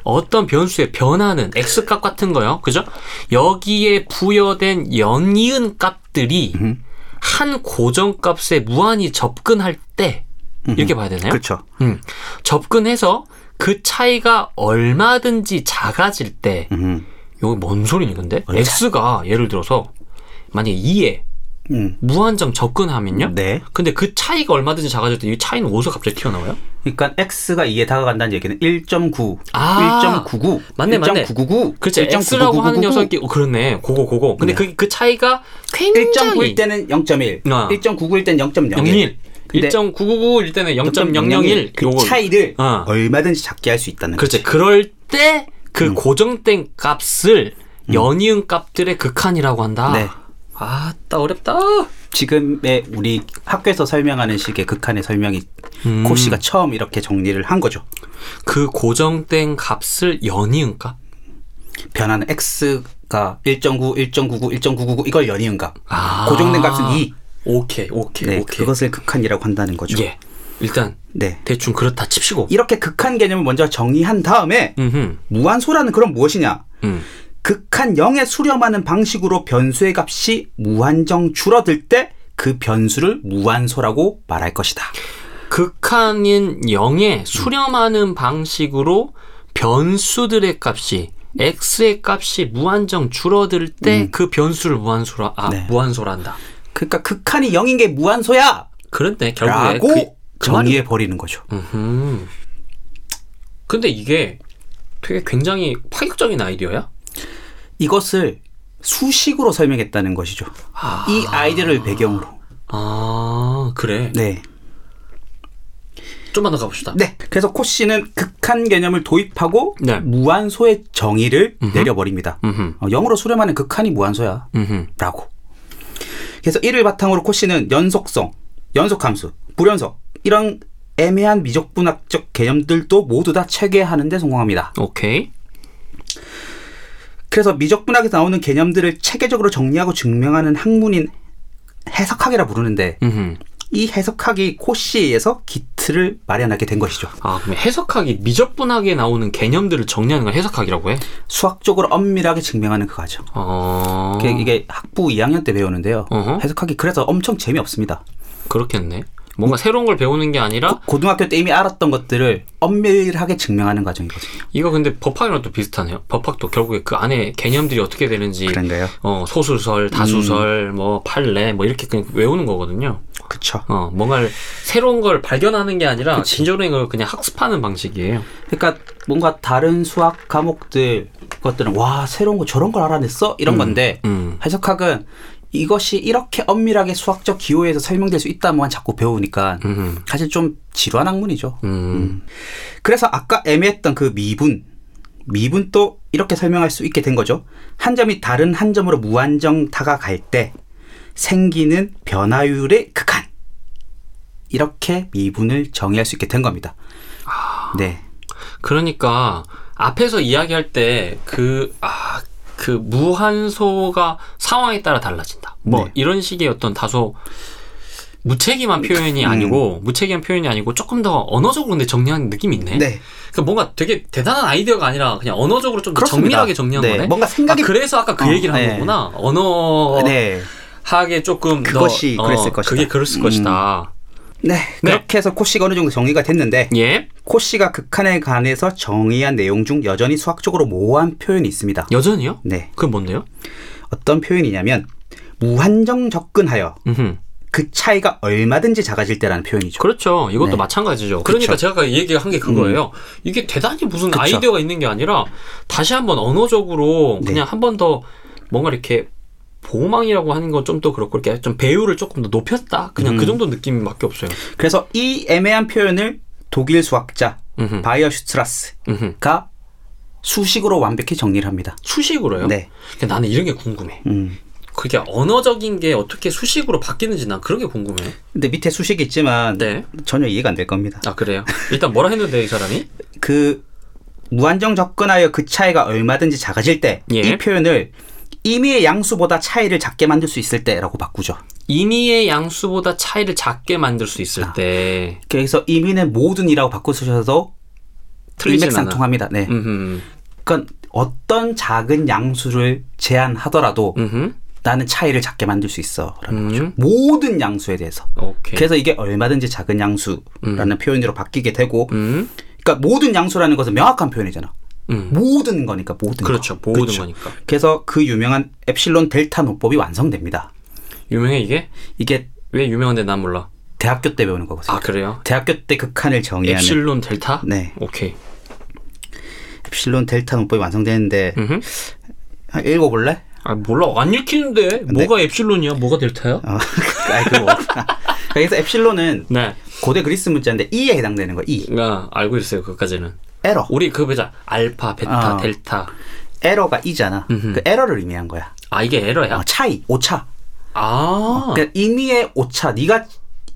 어떤 변수에 변하는 x 값 같은 거요, 그죠? 여기에 부여된 연이은 값들이
음.
한 고정 값에 무한히 접근할 때 이렇게 봐야 되나요?
그렇죠.
음. 접근해서 그 차이가 얼마든지 작아질 때,
음.
이게 뭔 소리니 근데? x가 예를 들어서 만약에 2에
음.
무한정 접근하면요?
네.
근데 그 차이가 얼마든지 작아질 때 이 차이는 어디서 갑자기 튀어나와요?
그러니까 x가 2에 다가간다는 얘기는 1.9,
아.
1.99,
맞네, 맞네.
1.999,
그렇지 x라고 하는
1.99999.
녀석이 어, 그렇네 고고 고고 근데 그, 그 차이가 굉장히
1.9일 때는 0.1,
아.
1.99일 때는 0.01.
0.01
근데
1.999일 때는 0.001
그
요거.
차이를
어.
얼마든지 작게 할 수 있다는 거죠.
그렇지 그럴 때 그
음.
고정된 값을 연이은 값들의 극한이라고 한다
네.
아따 어렵다
지금의 우리 학교에서 설명하는 식의 극한의 설명이 코시가 처음 이렇게 정리를 한 거죠.
그 고정된 값을 연이은 값
변하는 x가 1.9, 1.99, 1.999 이걸 연이은 값.
아.
고정된 값은 2.
오케이 오케이
네,
오케이
그것을 극한이라고 한다는 거죠.
예 일단
네.
대충 그렇다 칩시고
이렇게 극한 개념을 먼저 정의한 다음에
음흠.
무한소라는 그럼 무엇이냐?
음.
극한 0에 수렴하는 방식으로 변수의 값이 무한정 줄어들 때 그 변수를 무한소라고 말할 것이다.
극한인 0에 수렴하는 방식으로 변수들의 값이 x의 값이 무한정 줄어들 때 그 변수를 무한소라 아
음. 네.
무한소란다.
그러니까 극한이 0인 게 무한소야!
그런데 결국에
라고
그, 그 말이
정의해 버리는 거죠.
음. 근데 이게 되게 굉장히 파격적인 아이디어야.
이것을 수식으로 설명했다는 것이죠.
아.
이 아이디어를 배경으로.
아 그래.
네.
좀만 더 가봅시다.
네. 그래서 코 씨는 극한 개념을 도입하고
네.
무한소의 정의를 내려버립니다.
음흠.
어, 영어로 수렴하는 극한이 무한소야.
음흠.
라고. 그래서 이를 바탕으로 코 씨는 연속성, 연속함수, 불연속 이런 애매한 미적분학적 개념들도 모두 다 체계하는 데 성공합니다.
오케이.
그래서 미적분학에서 나오는 개념들을 체계적으로 정리하고 증명하는 학문인 해석학이라 부르는데
음흠.
이 해석학이 코 씨에 의해서 기틀을 마련하게 된 것이죠.
아 그럼 해석학이 미적분하게 나오는 개념들을 정리하는 걸 해석학이라고 해?
수학적으로 엄밀하게 증명하는 그 과정.
어.
그게 이게 학부 2학년 때 배우는데요.
어허.
해석하기 그래서 엄청 재미없습니다.
그렇겠네. 뭔가 새로운 걸 배우는 게 아니라
고등학교 때 이미 알았던 것들을 엄밀하게 증명하는 과정이거든요.
이거 근데 법학이랑 또 비슷하네요. 법학도 결국에 그 안에 개념들이 어떻게 되는지
그런가요?
어, 소수설,
음.
다수설, 뭐 판례 뭐 이렇게 그냥 외우는 거거든요.
그쵸.
어, 뭔가 새로운 걸 발견하는 게 아니라 진정한 걸 그냥 학습하는 방식이에요.
그러니까 뭔가 다른 수학 과목들 것들은 와 새로운 거 저런 걸 알아냈어 이런 건데
음.
해석학은 이것이 이렇게 엄밀하게 수학적 기호에서 설명될 수 있다만 자꾸 배우니까
음.
사실 좀 지루한 학문이죠.
음.
그래서 아까 애매했던 그 미분, 미분도 이렇게 설명할 수 있게 된 거죠. 한 점이 다른 한 점으로 무한정 다가갈 때 생기는 변화율의 극한. 이렇게 미분을 정의할 수 있게 된 겁니다.
아.
네.
그러니까 앞에서 이야기할 때 그 아, 그 무한소가 상황에 따라 달라진다. 뭐
네.
이런 식의 어떤 다소 무책임한 표현이
음.
아니고 무책임한 표현이 아니고 조금 더 언어적으로 근데 정리한 느낌이 있네.
네.
그 뭔가 되게 대단한 아이디어가 아니라 그냥 언어적으로 좀 더
그렇습니다.
정밀하게 정리한
네,
거네.
뭔가 생각이-
아, 그래서 아까 그
어,
얘기를 한
네.
거구나. 언어
네.
하게 조금
그것이
더, 어,
그랬을 것이다.
그게 그랬을
음.
것이다.
네.
네.
그렇게 해서 코씨가 어느 정도 정의가 됐는데
예.
코씨가 극한에 관해서 정의한 내용 중 여전히 수학적으로 모호한 표현이 있습니다.
여전히요?
네.
그건 뭔데요?
어떤 표현이냐면 무한정 접근하여
음흠.
그 차이가 얼마든지 작아질 때라는 표현이죠.
그렇죠. 이것도
네.
마찬가지죠.
그쵸.
그러니까 제가 아까 얘기한 게 그거예요. 이게 대단히 무슨
그쵸.
아이디어가 있는 게 아니라 다시 한번 언어적으로 그냥 한 번 더 뭔가 이렇게 보호망이라고 하는 건 좀 더 그렇고 이렇게 좀 배율을 조금 더 높였다. 그냥 그 정도 느낌밖에 없어요.
그래서 이 애매한 표현을 독일 수학자
음흠.
바이어 슈트라스가
음흠.
수식으로 완벽히 정리를 합니다.
수식으로요?
네.
근데 나는 이런 게 궁금해.
음.
그게 언어적인 게 어떻게 수식으로 바뀌는지 난 그런 게 궁금해.
근데 밑에 수식이 있지만
네.
전혀 이해가 안 될 겁니다.
아 그래요? 일단 뭐라 했는데 이 사람이?
그 무한정 접근하여 그 차이가 얼마든지 작아질 때 이
예.
표현을 임의의 양수보다 차이를 작게 만들 수 있을 때라고 바꾸죠.
임의의 양수보다 차이를 작게 만들 수 있을
아.
때
그래서 임의는 모든이라고 바꾸셔서
틀리진
일맥상통합니다. 네.
음흠.
그러니까 어떤 작은 양수를 제한하더라도
음흠.
나는 차이를 작게 만들 수 있어라는
음. 예.
거죠. 모든 양수에 대해서.
오케이.
그래서 이게 얼마든지 작은 양수라는 표현으로 바뀌게 되고,
음.
그러니까 모든 양수라는 것은 명확한 표현이잖아.
음.
모든 거니까 모든
그렇죠.
거.
모든
그렇죠.
거니까.
그래서 그 유명한 엡실론 델타 노법이 완성됩니다.
유명해 이게?
이게
왜 유명한데 난 몰라.
대학교 때 배우는 거거든요.
아 그래요?
대학교 때 극한을 정의하는 엡실...
엡실론 델타?
네.
오케이.
론 델타 노법이 완성되는데
음흠.
아, 읽어볼래?
아 몰라 안 읽히는데 뭐가 엡실론이야? 뭐가 델타야?
어. 아이 그거 없구나. 그래서 엡실론은
네.
고대 그리스 문자인데 E에 해당되는 거 E.
아, 알고 있어요. 그까지는.
에러.
우리 그 보자. 알파, 베타,
아.
델타.
에러가 E잖아. 그 에러를 의미한 거야.
아 이게 에러야.
어, 차이, 오차.
아
그러니까 임의의 오차, 네가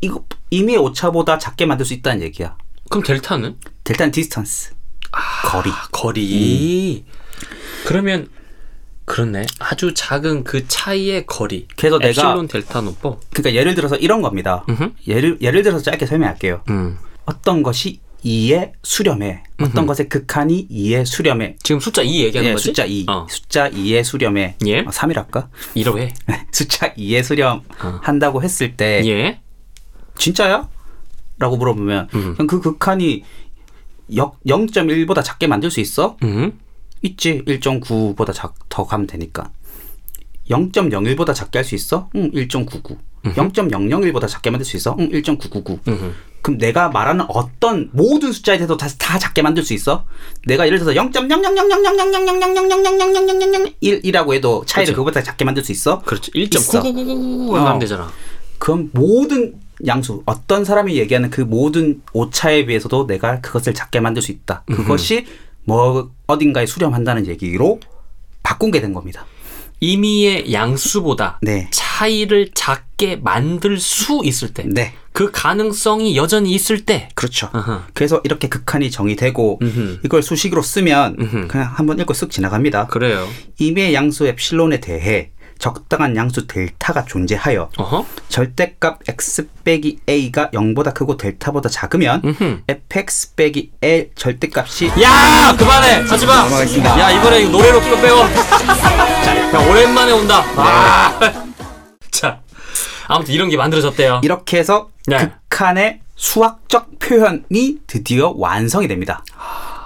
이거 임의의 오차보다 작게 만들 수 있다는 얘기야.
그럼 델타는?
델타는 디스턴스, 거리.
아, 거리. 음. 그러면 그렇네. 아주 작은 그 차이의 거리.
그래서 내가-
엡실론 델타 노법.
그러니까 예를 들어서 이런 겁니다.
음흠.
예를 예를 들어서 짧게 설명할게요.
음.
어떤 것이 2의 수렴에, 어떤 것의 극한이 2의 수렴에.
지금 숫자 2 얘기하는
예,
거지?
숫자 2,
어. 숫자
숫자 2의 수렴에 어,
예.
3일 할까? 네,
2로 해.
숫자 2의 수렴
어.
한다고 했을 때
예.
진짜야? 라고 물어보면
음.
그냥 그 극한이 역 0.1보다 작게 만들 수 있어?
음.
있지. 1.9보다 작, 더 가면 되니까. 0.01보다 작게 할 수 있어? 응, 1.99. 0.001보다 작게 만들 수 있어? 응, 1.999. 그럼 내가 말하는 어떤 모든 숫자에 대해서 다, 다 작게 만들 수 있어? 내가 예를 들어서 0.0000000000000000001이라고 해도 차이를 그거보다 작게 만들 수 있어?
그렇죠.
있어.
1.999 하면
어.
되잖아.
그럼 모든 양수 어떤 사람이 얘기하는 그 모든 오차에 비해서도 내가 그것을 작게 만들 수 있다. 그것이 뭐 어딘가에 수렴한다는 얘기로 바꾼 게 된 겁니다.
임의의 양수보다
네.
차이를 작게 만들 수 있을 때.
네.
그 가능성이 여전히 있을 때.
그렇죠.
아하.
그래서 이렇게 극한이 정의되고
음흠.
이걸 수식으로 쓰면
음흠.
그냥 한번 읽고 쓱 지나갑니다.
그래요.
임의 양수 엡실론에 대해 적당한 양수 델타가 존재하여
어허.
절대값 x 빼기 a가 0보다 크고 델타보다 작으면 fx 빼기 l 절대값이
야 그만해 하지 마.
넘어가겠습니다.
야 이번에 이거 노래로 끼워 빼고. 야 오랜만에 온다. 아. 자 아무튼 이런 게 만들어졌대요.
이렇게 해서
네.
극한의 수학적 표현이 드디어 완성이 됩니다.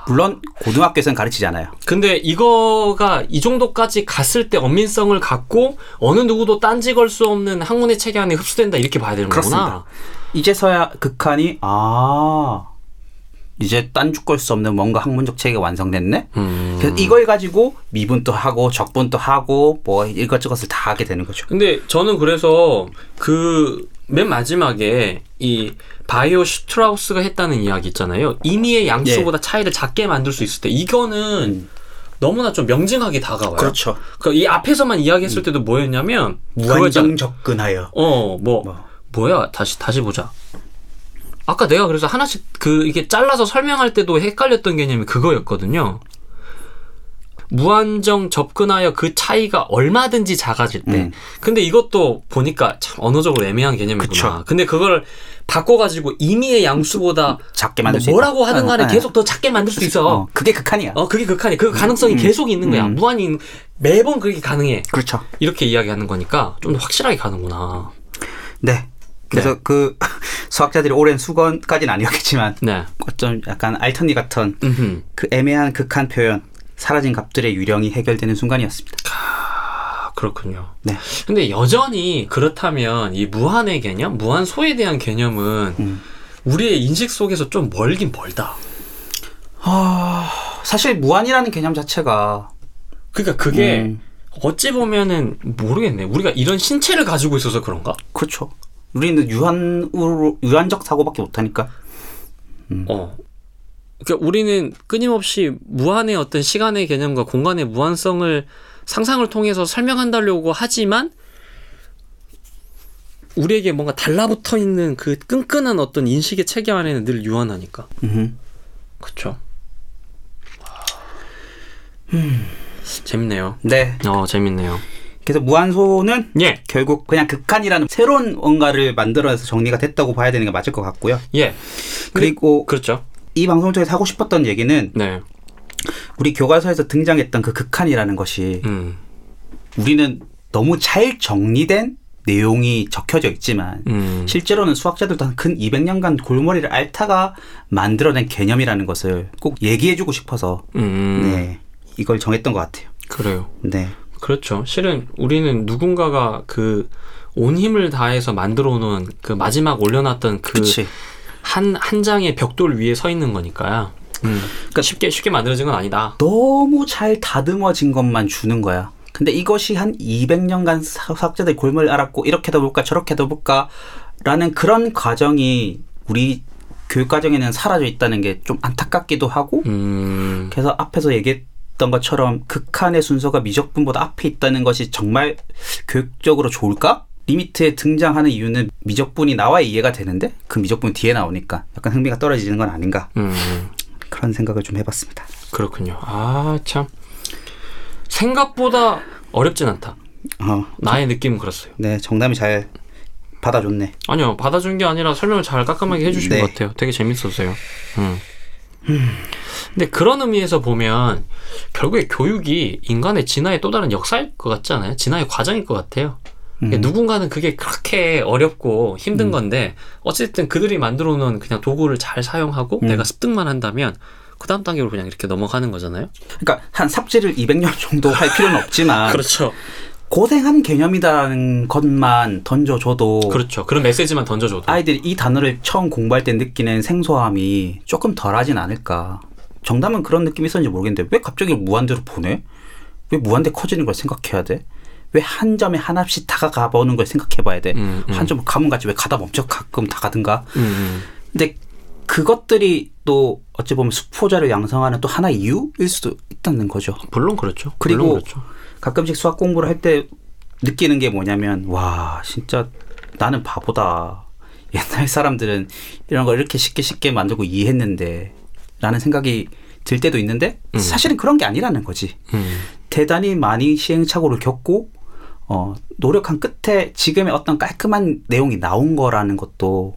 물론 고등학교에서는 가르치지 않아요.
근데 이거가 이 정도까지 갔을 때 엄민성을 갖고 어느 누구도 딴지 걸 수 없는 학문의 체계 안에 흡수된다 이렇게 봐야 되는 거구나.
그렇습니다. 이제서야 극한이 아 이제 딴죽걸 수 없는 뭔가 학문적 체계가 완성됐네. 그래서 이걸 가지고 미분도 하고 적분도 하고 뭐 이것저것을 다 하게 되는 거죠.
근데 저는 그래서 그 맨 마지막에 이 바이오 슈트라우스가 했다는 이야기 있잖아요. 임의의
예.
양수보다 차이를 작게 만들 수 있을 때 이거는 너무나 좀 명징하게 다가와요.
음. 그렇죠. 음.
그이 앞에서만 이야기했을 때도 뭐였냐면
무한정
그거였잖아.
접근하여.
어, 뭐, 뭐야? 다시 다시 보자. 아까 내가 그래서 하나씩 그 이게 잘라서 설명할 때도 헷갈렸던 개념이 그거였거든요. 무한정 접근하여 그 차이가 얼마든지 작아질 때.
음.
근데 이것도 보니까 참 언어적으로 애매한 개념이구나.
그쵸.
근데 그걸 바꿔가지고 임의의 양수보다
작게 만들
뭐
수 있다.
뭐라고 하든 간에
어, 어.
계속 더 작게 만들 수 있어.
어, 음, 그게 극한이야.
어, 그게 극한이. 그 가능성이 계속 있는 거야. 무한히 매번 그렇게 가능해.
그렇죠.
이렇게 이야기하는 거니까 좀 더 확실하게 가는구나.
네. 그래서 그 수학자들이 오랜 수건까지는 아니었겠지만
네.
어쩜 약간 알턴니 같은
음흠.
그 애매한 극한 표현 사라진 값들의 유령이 해결되는 순간이었습니다.
아, 그렇군요.
네.
근데 여전히 그렇다면 이 무한의 개념, 무한 소에 대한 개념은
음.
우리의 인식 속에서 좀 멀긴 멀다.
사실 무한이라는 개념 자체가
그러니까 그게
음.
어찌 보면은 모르겠네. 우리가 이런 신체를 가지고 있어서 그런가?
그렇죠. 우리는 유한으로 유한적 사고밖에 못하니까 음.
어. 그러니까 우리는 끊임없이 무한의 어떤 시간의 개념과 공간의 무한성을 상상을 통해서 설명한다려고 하지만 우리에게 뭔가 달라붙어 있는 그 끈끈한 어떤 인식의 체계 안에는 늘 유한하니까. 그렇죠. 재밌네요.
네.
어, 재밌네요.
그래서 무한소는
예.
결국 그냥 극한이라는 새로운 뭔가를 만들어내서 정리가 됐다고 봐야 되는 게 맞을 것 같고요.
예.
그리고
그렇죠.
이 방송을 통해서 하고 싶었던 얘기는
네.
우리 교과서에서 등장했던 그 극한이라는 것이
음.
우리는 너무 잘 정리된 내용이 적혀져 있지만
음.
실제로는 수학자들도 한 근 200년간 골머리를 앓다가 만들어낸 개념이라는 것을 꼭 얘기해주고 싶어서
음.
네 이걸 정했던 것 같아요.
그래요.
네,
그렇죠. 실은 우리는 누군가가 그 온 힘을 다해서 만들어 놓은 그 마지막 올려놨던 그
그치.
한 한 장의 벽돌 위에 서 있는 거니까요. 음. 그러니까 쉽게 쉽게 만들어진 건 아니다.
너무 잘 다듬어진 것만 주는 거야. 근데 이것이 한 200년간 수학자들 골머리를 앓았고 이렇게도 볼까 저렇게도 볼까라는 그런 과정이 우리 교육 과정에는 사라져 있다는 게 좀 안타깝기도 하고
음.
그래서 앞에서 얘기했던 것처럼 극한의 순서가 미적분보다 앞에 있다는 것이 정말 교육적으로 좋을까? 리미트에 등장하는 이유는 미적분이 나와 이해가 되는데 그 미적분 뒤에 나오니까 약간 흥미가 떨어지는 건 아닌가
음.
그런 생각을 좀 해봤습니다.
그렇군요. 아 참. 생각보다 어렵진 않다.
어,
나의 느낌은 그렇어요.
네 정답이 잘 받아줬네.
아니요 받아준 게 아니라 설명을 잘 깔끔하게 해주신
네.
것 같아요. 되게 재밌었어요. 음. 근데 그런 의미에서 보면 결국에 교육이 인간의 진화의 또 다른 역사일 것 같지 않아요? 진화의 과정일 것 같아요.
음.
그러니까 누군가는 그게 그렇게 어렵고 힘든 건데 어쨌든 그들이 만들어 놓은 그냥 도구를 잘 사용하고
음.
내가 습득만 한다면 그 다음 단계로 그냥 이렇게 넘어가는 거잖아요.
그러니까 한 삽질을 200년 정도 할 필요는 없지만
그렇죠.
고생한 개념이라는 것만 던져줘도
그렇죠. 그런 메시지만 던져줘도.
뭐. 아이들이 이 단어를 처음 공부할 때 느끼는 생소함이 조금 덜하진 않을까. 정답은 그런 느낌이 있었는지 모르겠는데 왜 갑자기 무한대로 보내? 왜 무한대 커지는 걸 생각해야 돼? 왜 한 점에 하나씩 다가가 보는 걸 생각해봐야 돼?
음, 음.
한 점을 가면 같이 왜 가다 멈춰 가끔 다 가든가?
음, 음.
근데 그것들이 또 어찌 보면 수포자를 양성하는 또 하나의 이유일 수도 있다는 거죠.
물론 그렇죠.
그리고
물론 그렇죠.
가끔씩 수학 공부를 할 때 느끼는 게 뭐냐면 와 진짜 나는 바보다 옛날 사람들은 이런 걸 이렇게 쉽게 쉽게 만들고 이해했는데 라는 생각이 들 때도 있는데 사실은 그런 게 아니라는 거지
음.
대단히 많이 시행착오를 겪고 어, 노력한 끝에 지금의 어떤 깔끔한 내용이 나온 거라는 것도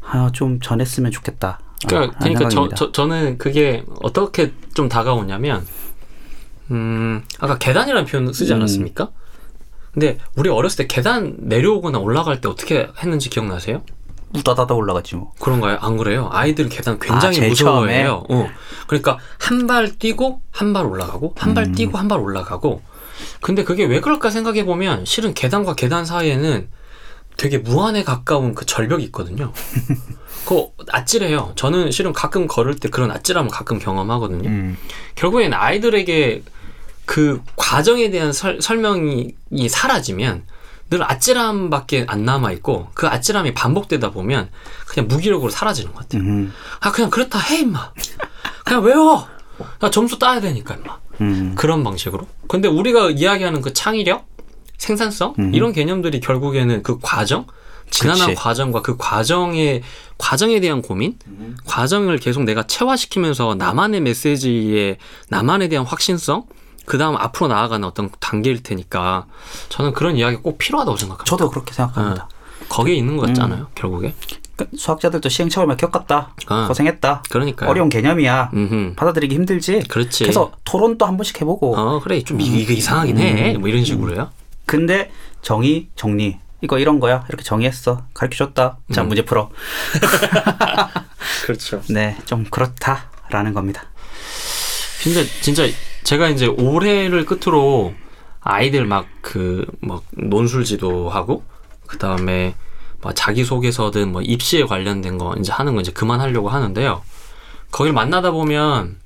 아, 좀 전했으면 좋겠다
그러니까,
아,
그러니까 저,
생각입니다.
저, 저는 그게 어떻게 좀 다가오냐면, 음, 아까 계단이라는 표현 쓰지
음.
않았습니까? 근데 우리 어렸을 때 계단 내려오거나 올라갈 때 어떻게 했는지 기억나세요?
우다다다 올라갔지 뭐
그런가요? 안 그래요? 아이들은 계단
아,
굉장히
제일
무서워해요. 어. 그러니까 한 발 뛰고 한 발 올라가고 한 발
음.
뛰고 한 발 올라가고. 근데 그게 왜 그럴까 생각해 보면 실은 계단과 계단 사이에는 되게 무한에 가까운 그 절벽이 있거든요. 그거 아찔해요. 저는 실은 가끔 걸을 때 그런 아찔함을 가끔 경험하거든요.
음.
결국엔 아이들에게 그 과정에 대한 설, 설명이 이 사라지면 늘 아찔함밖에 안 남아 있고 그 아찔함이 반복되다 보면 그냥 무기력으로 사라지는 것 같아요.
음.
아 그냥 그렇다 해 임마. 그냥 외워. 나 점수 따야 되니까 임마.
음.
그런 방식으로. 근데 우리가 이야기하는 그 창의력, 생산성
음.
이런 개념들이 결국에는 그 과정, 지난한
그치.
과정과 그 과정의 과정에 대한 고민,
음.
과정을 계속 내가 체화시키면서 나만의 메시지에 나만에 대한 확신성, 그 다음 앞으로 나아가는 어떤 단계일 테니까 저는 그런 이야기 가꼭 필요하다고 생각합니다.
저도 그렇게
어.
생각합니다
거기에 있는 것 같지
음.
않아요? 결국에.
그러니까 수학자들도 시행착오를 겪었다,
아.
고생했다,
그러니까요.
어려운 개념이야,
음흠.
받아들이기 힘들지.
그렇지.
그래서 토론도 한 번씩 해보고,
어 그래 좀 이- 이게 이상하긴 해.
음.
뭐 이런 식으로요.
근데 정의, 정리, 이거 이런 거야, 이렇게 정의했어, 가르쳐줬다, 자
음.
문제 풀어.
그렇죠.
네, 좀 그렇다라는 겁니다.
근데 진짜 제가 이제 올해를 끝으로 아이들 막 그 막 논술지도 하고 그 다음에 막 자기소개서든 뭐 입시에 관련된 거 이제 하는 거 이제 그만하려고 하는데요. 거길 만나다 보면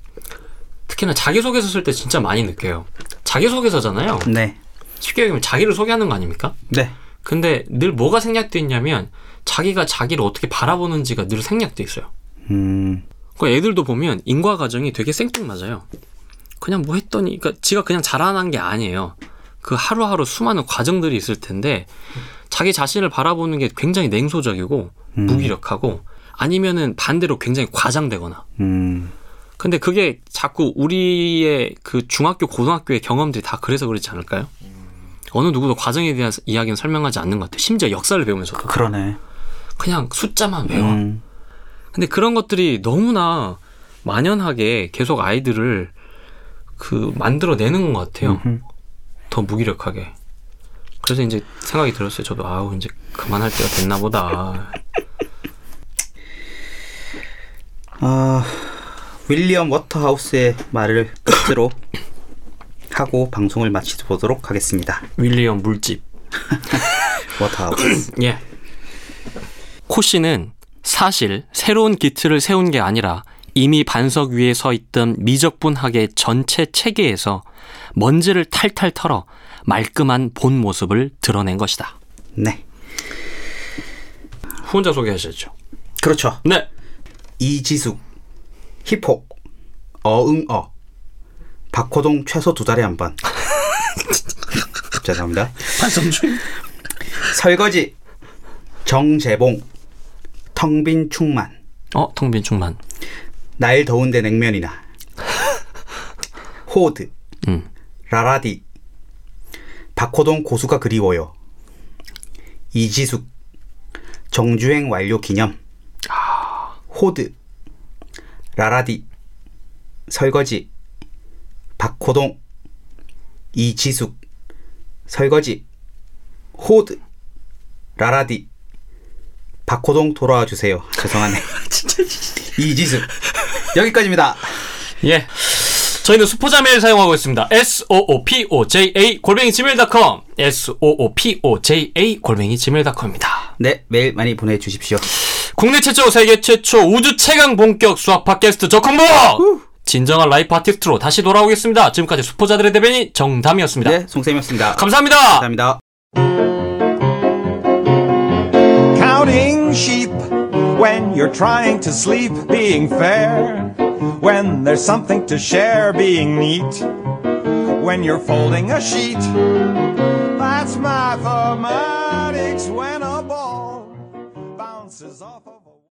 특히나 자기소개서 쓸 때 진짜 많이 느껴요. 자기소개서잖아요.
네,
쉽게 얘기하면 자기를 소개하는 거 아닙니까?
네,
근데 늘 뭐가 생략돼 있냐면 자기가 자기를 어떻게 바라보는지가 늘 생략돼 있어요.
음,
그 애들도 보면 인과 과정이 되게 쌩뚱 맞아요. 그냥 뭐 했더니, 그러니까 지가 그냥 자라난 게 아니에요. 그 하루하루 수많은 과정들이 있을 텐데 자기 자신을 바라보는 게 굉장히 냉소적이고
음.
무기력하고 아니면은 반대로 굉장히 과장되거나.
음,
근데 그게 자꾸 우리의 그 중학교, 고등학교의 경험들이 다 그래서 그렇지 않을까요? 어느 누구도 과정에 대한 이야기는 설명하지 않는 것 같아요. 심지어 역사를 배우면서도
그러네.
그냥 숫자만 배워.
음,
근데 그런 것들이 너무나 만연하게 계속 아이들을 그 만들어내는 것 같아요.
음흠.
더 무기력하게. 그래서 이제 생각이 들었어요. 저도 아우 이제 그만할 때가 됐나 보다.
아, 윌리엄 워터하우스의 말을 끝으로 하고 방송을 마치도록 하겠습니다.
윌리엄 물집.
워터하우스.
예. 코시는 사실 새로운 기틀을 세운 게 아니라 이미 반석 위에 서 있던 미적분학의 전체 체계에서 먼지를 탈탈 털어 말끔한 본 모습을 드러낸 것이다.
네,
후원자 소개하셨죠?
그렇죠.
네.
이지숙, 희폭, 어응어, 박호동 최소 두 달에 한 번. 죄송합니다.
반성중.
설거지, 정재봉, 텅빈 충만,
어, 통빈 충만.
날 더운데 냉면이나, 호드,
음.
라라디, 박호동 고수가 그리워요, 이지숙, 정주행 완료 기념, 호드, 라라디, 설거지, 박호동, 이지숙, 설거지, 호드, 라라디, 박호동 돌아와 주세요. 죄송하네. 이지숙 여기까지입니다.
예. 저희는 수포자메일 사용하고 있습니다. soopoja 골뱅이 gmail.com soopoja 골뱅이 gmail.com입니다.
네, 메일 많이 보내주십시오.
국내 최초, 세계 최초, 우주 최강 본격 수학 팟캐스트 저컴보! 진정한 라이프 아티스트로 다시 돌아오겠습니다. 지금까지 수포자들의 대변인 정담이었습니다.
네, 송쌤이었습니다.
감사합니다.
감사합니다.
counting sheep when you're trying to sleep being fair when there's something to share being neat when you're folding a sheet that's mathematics when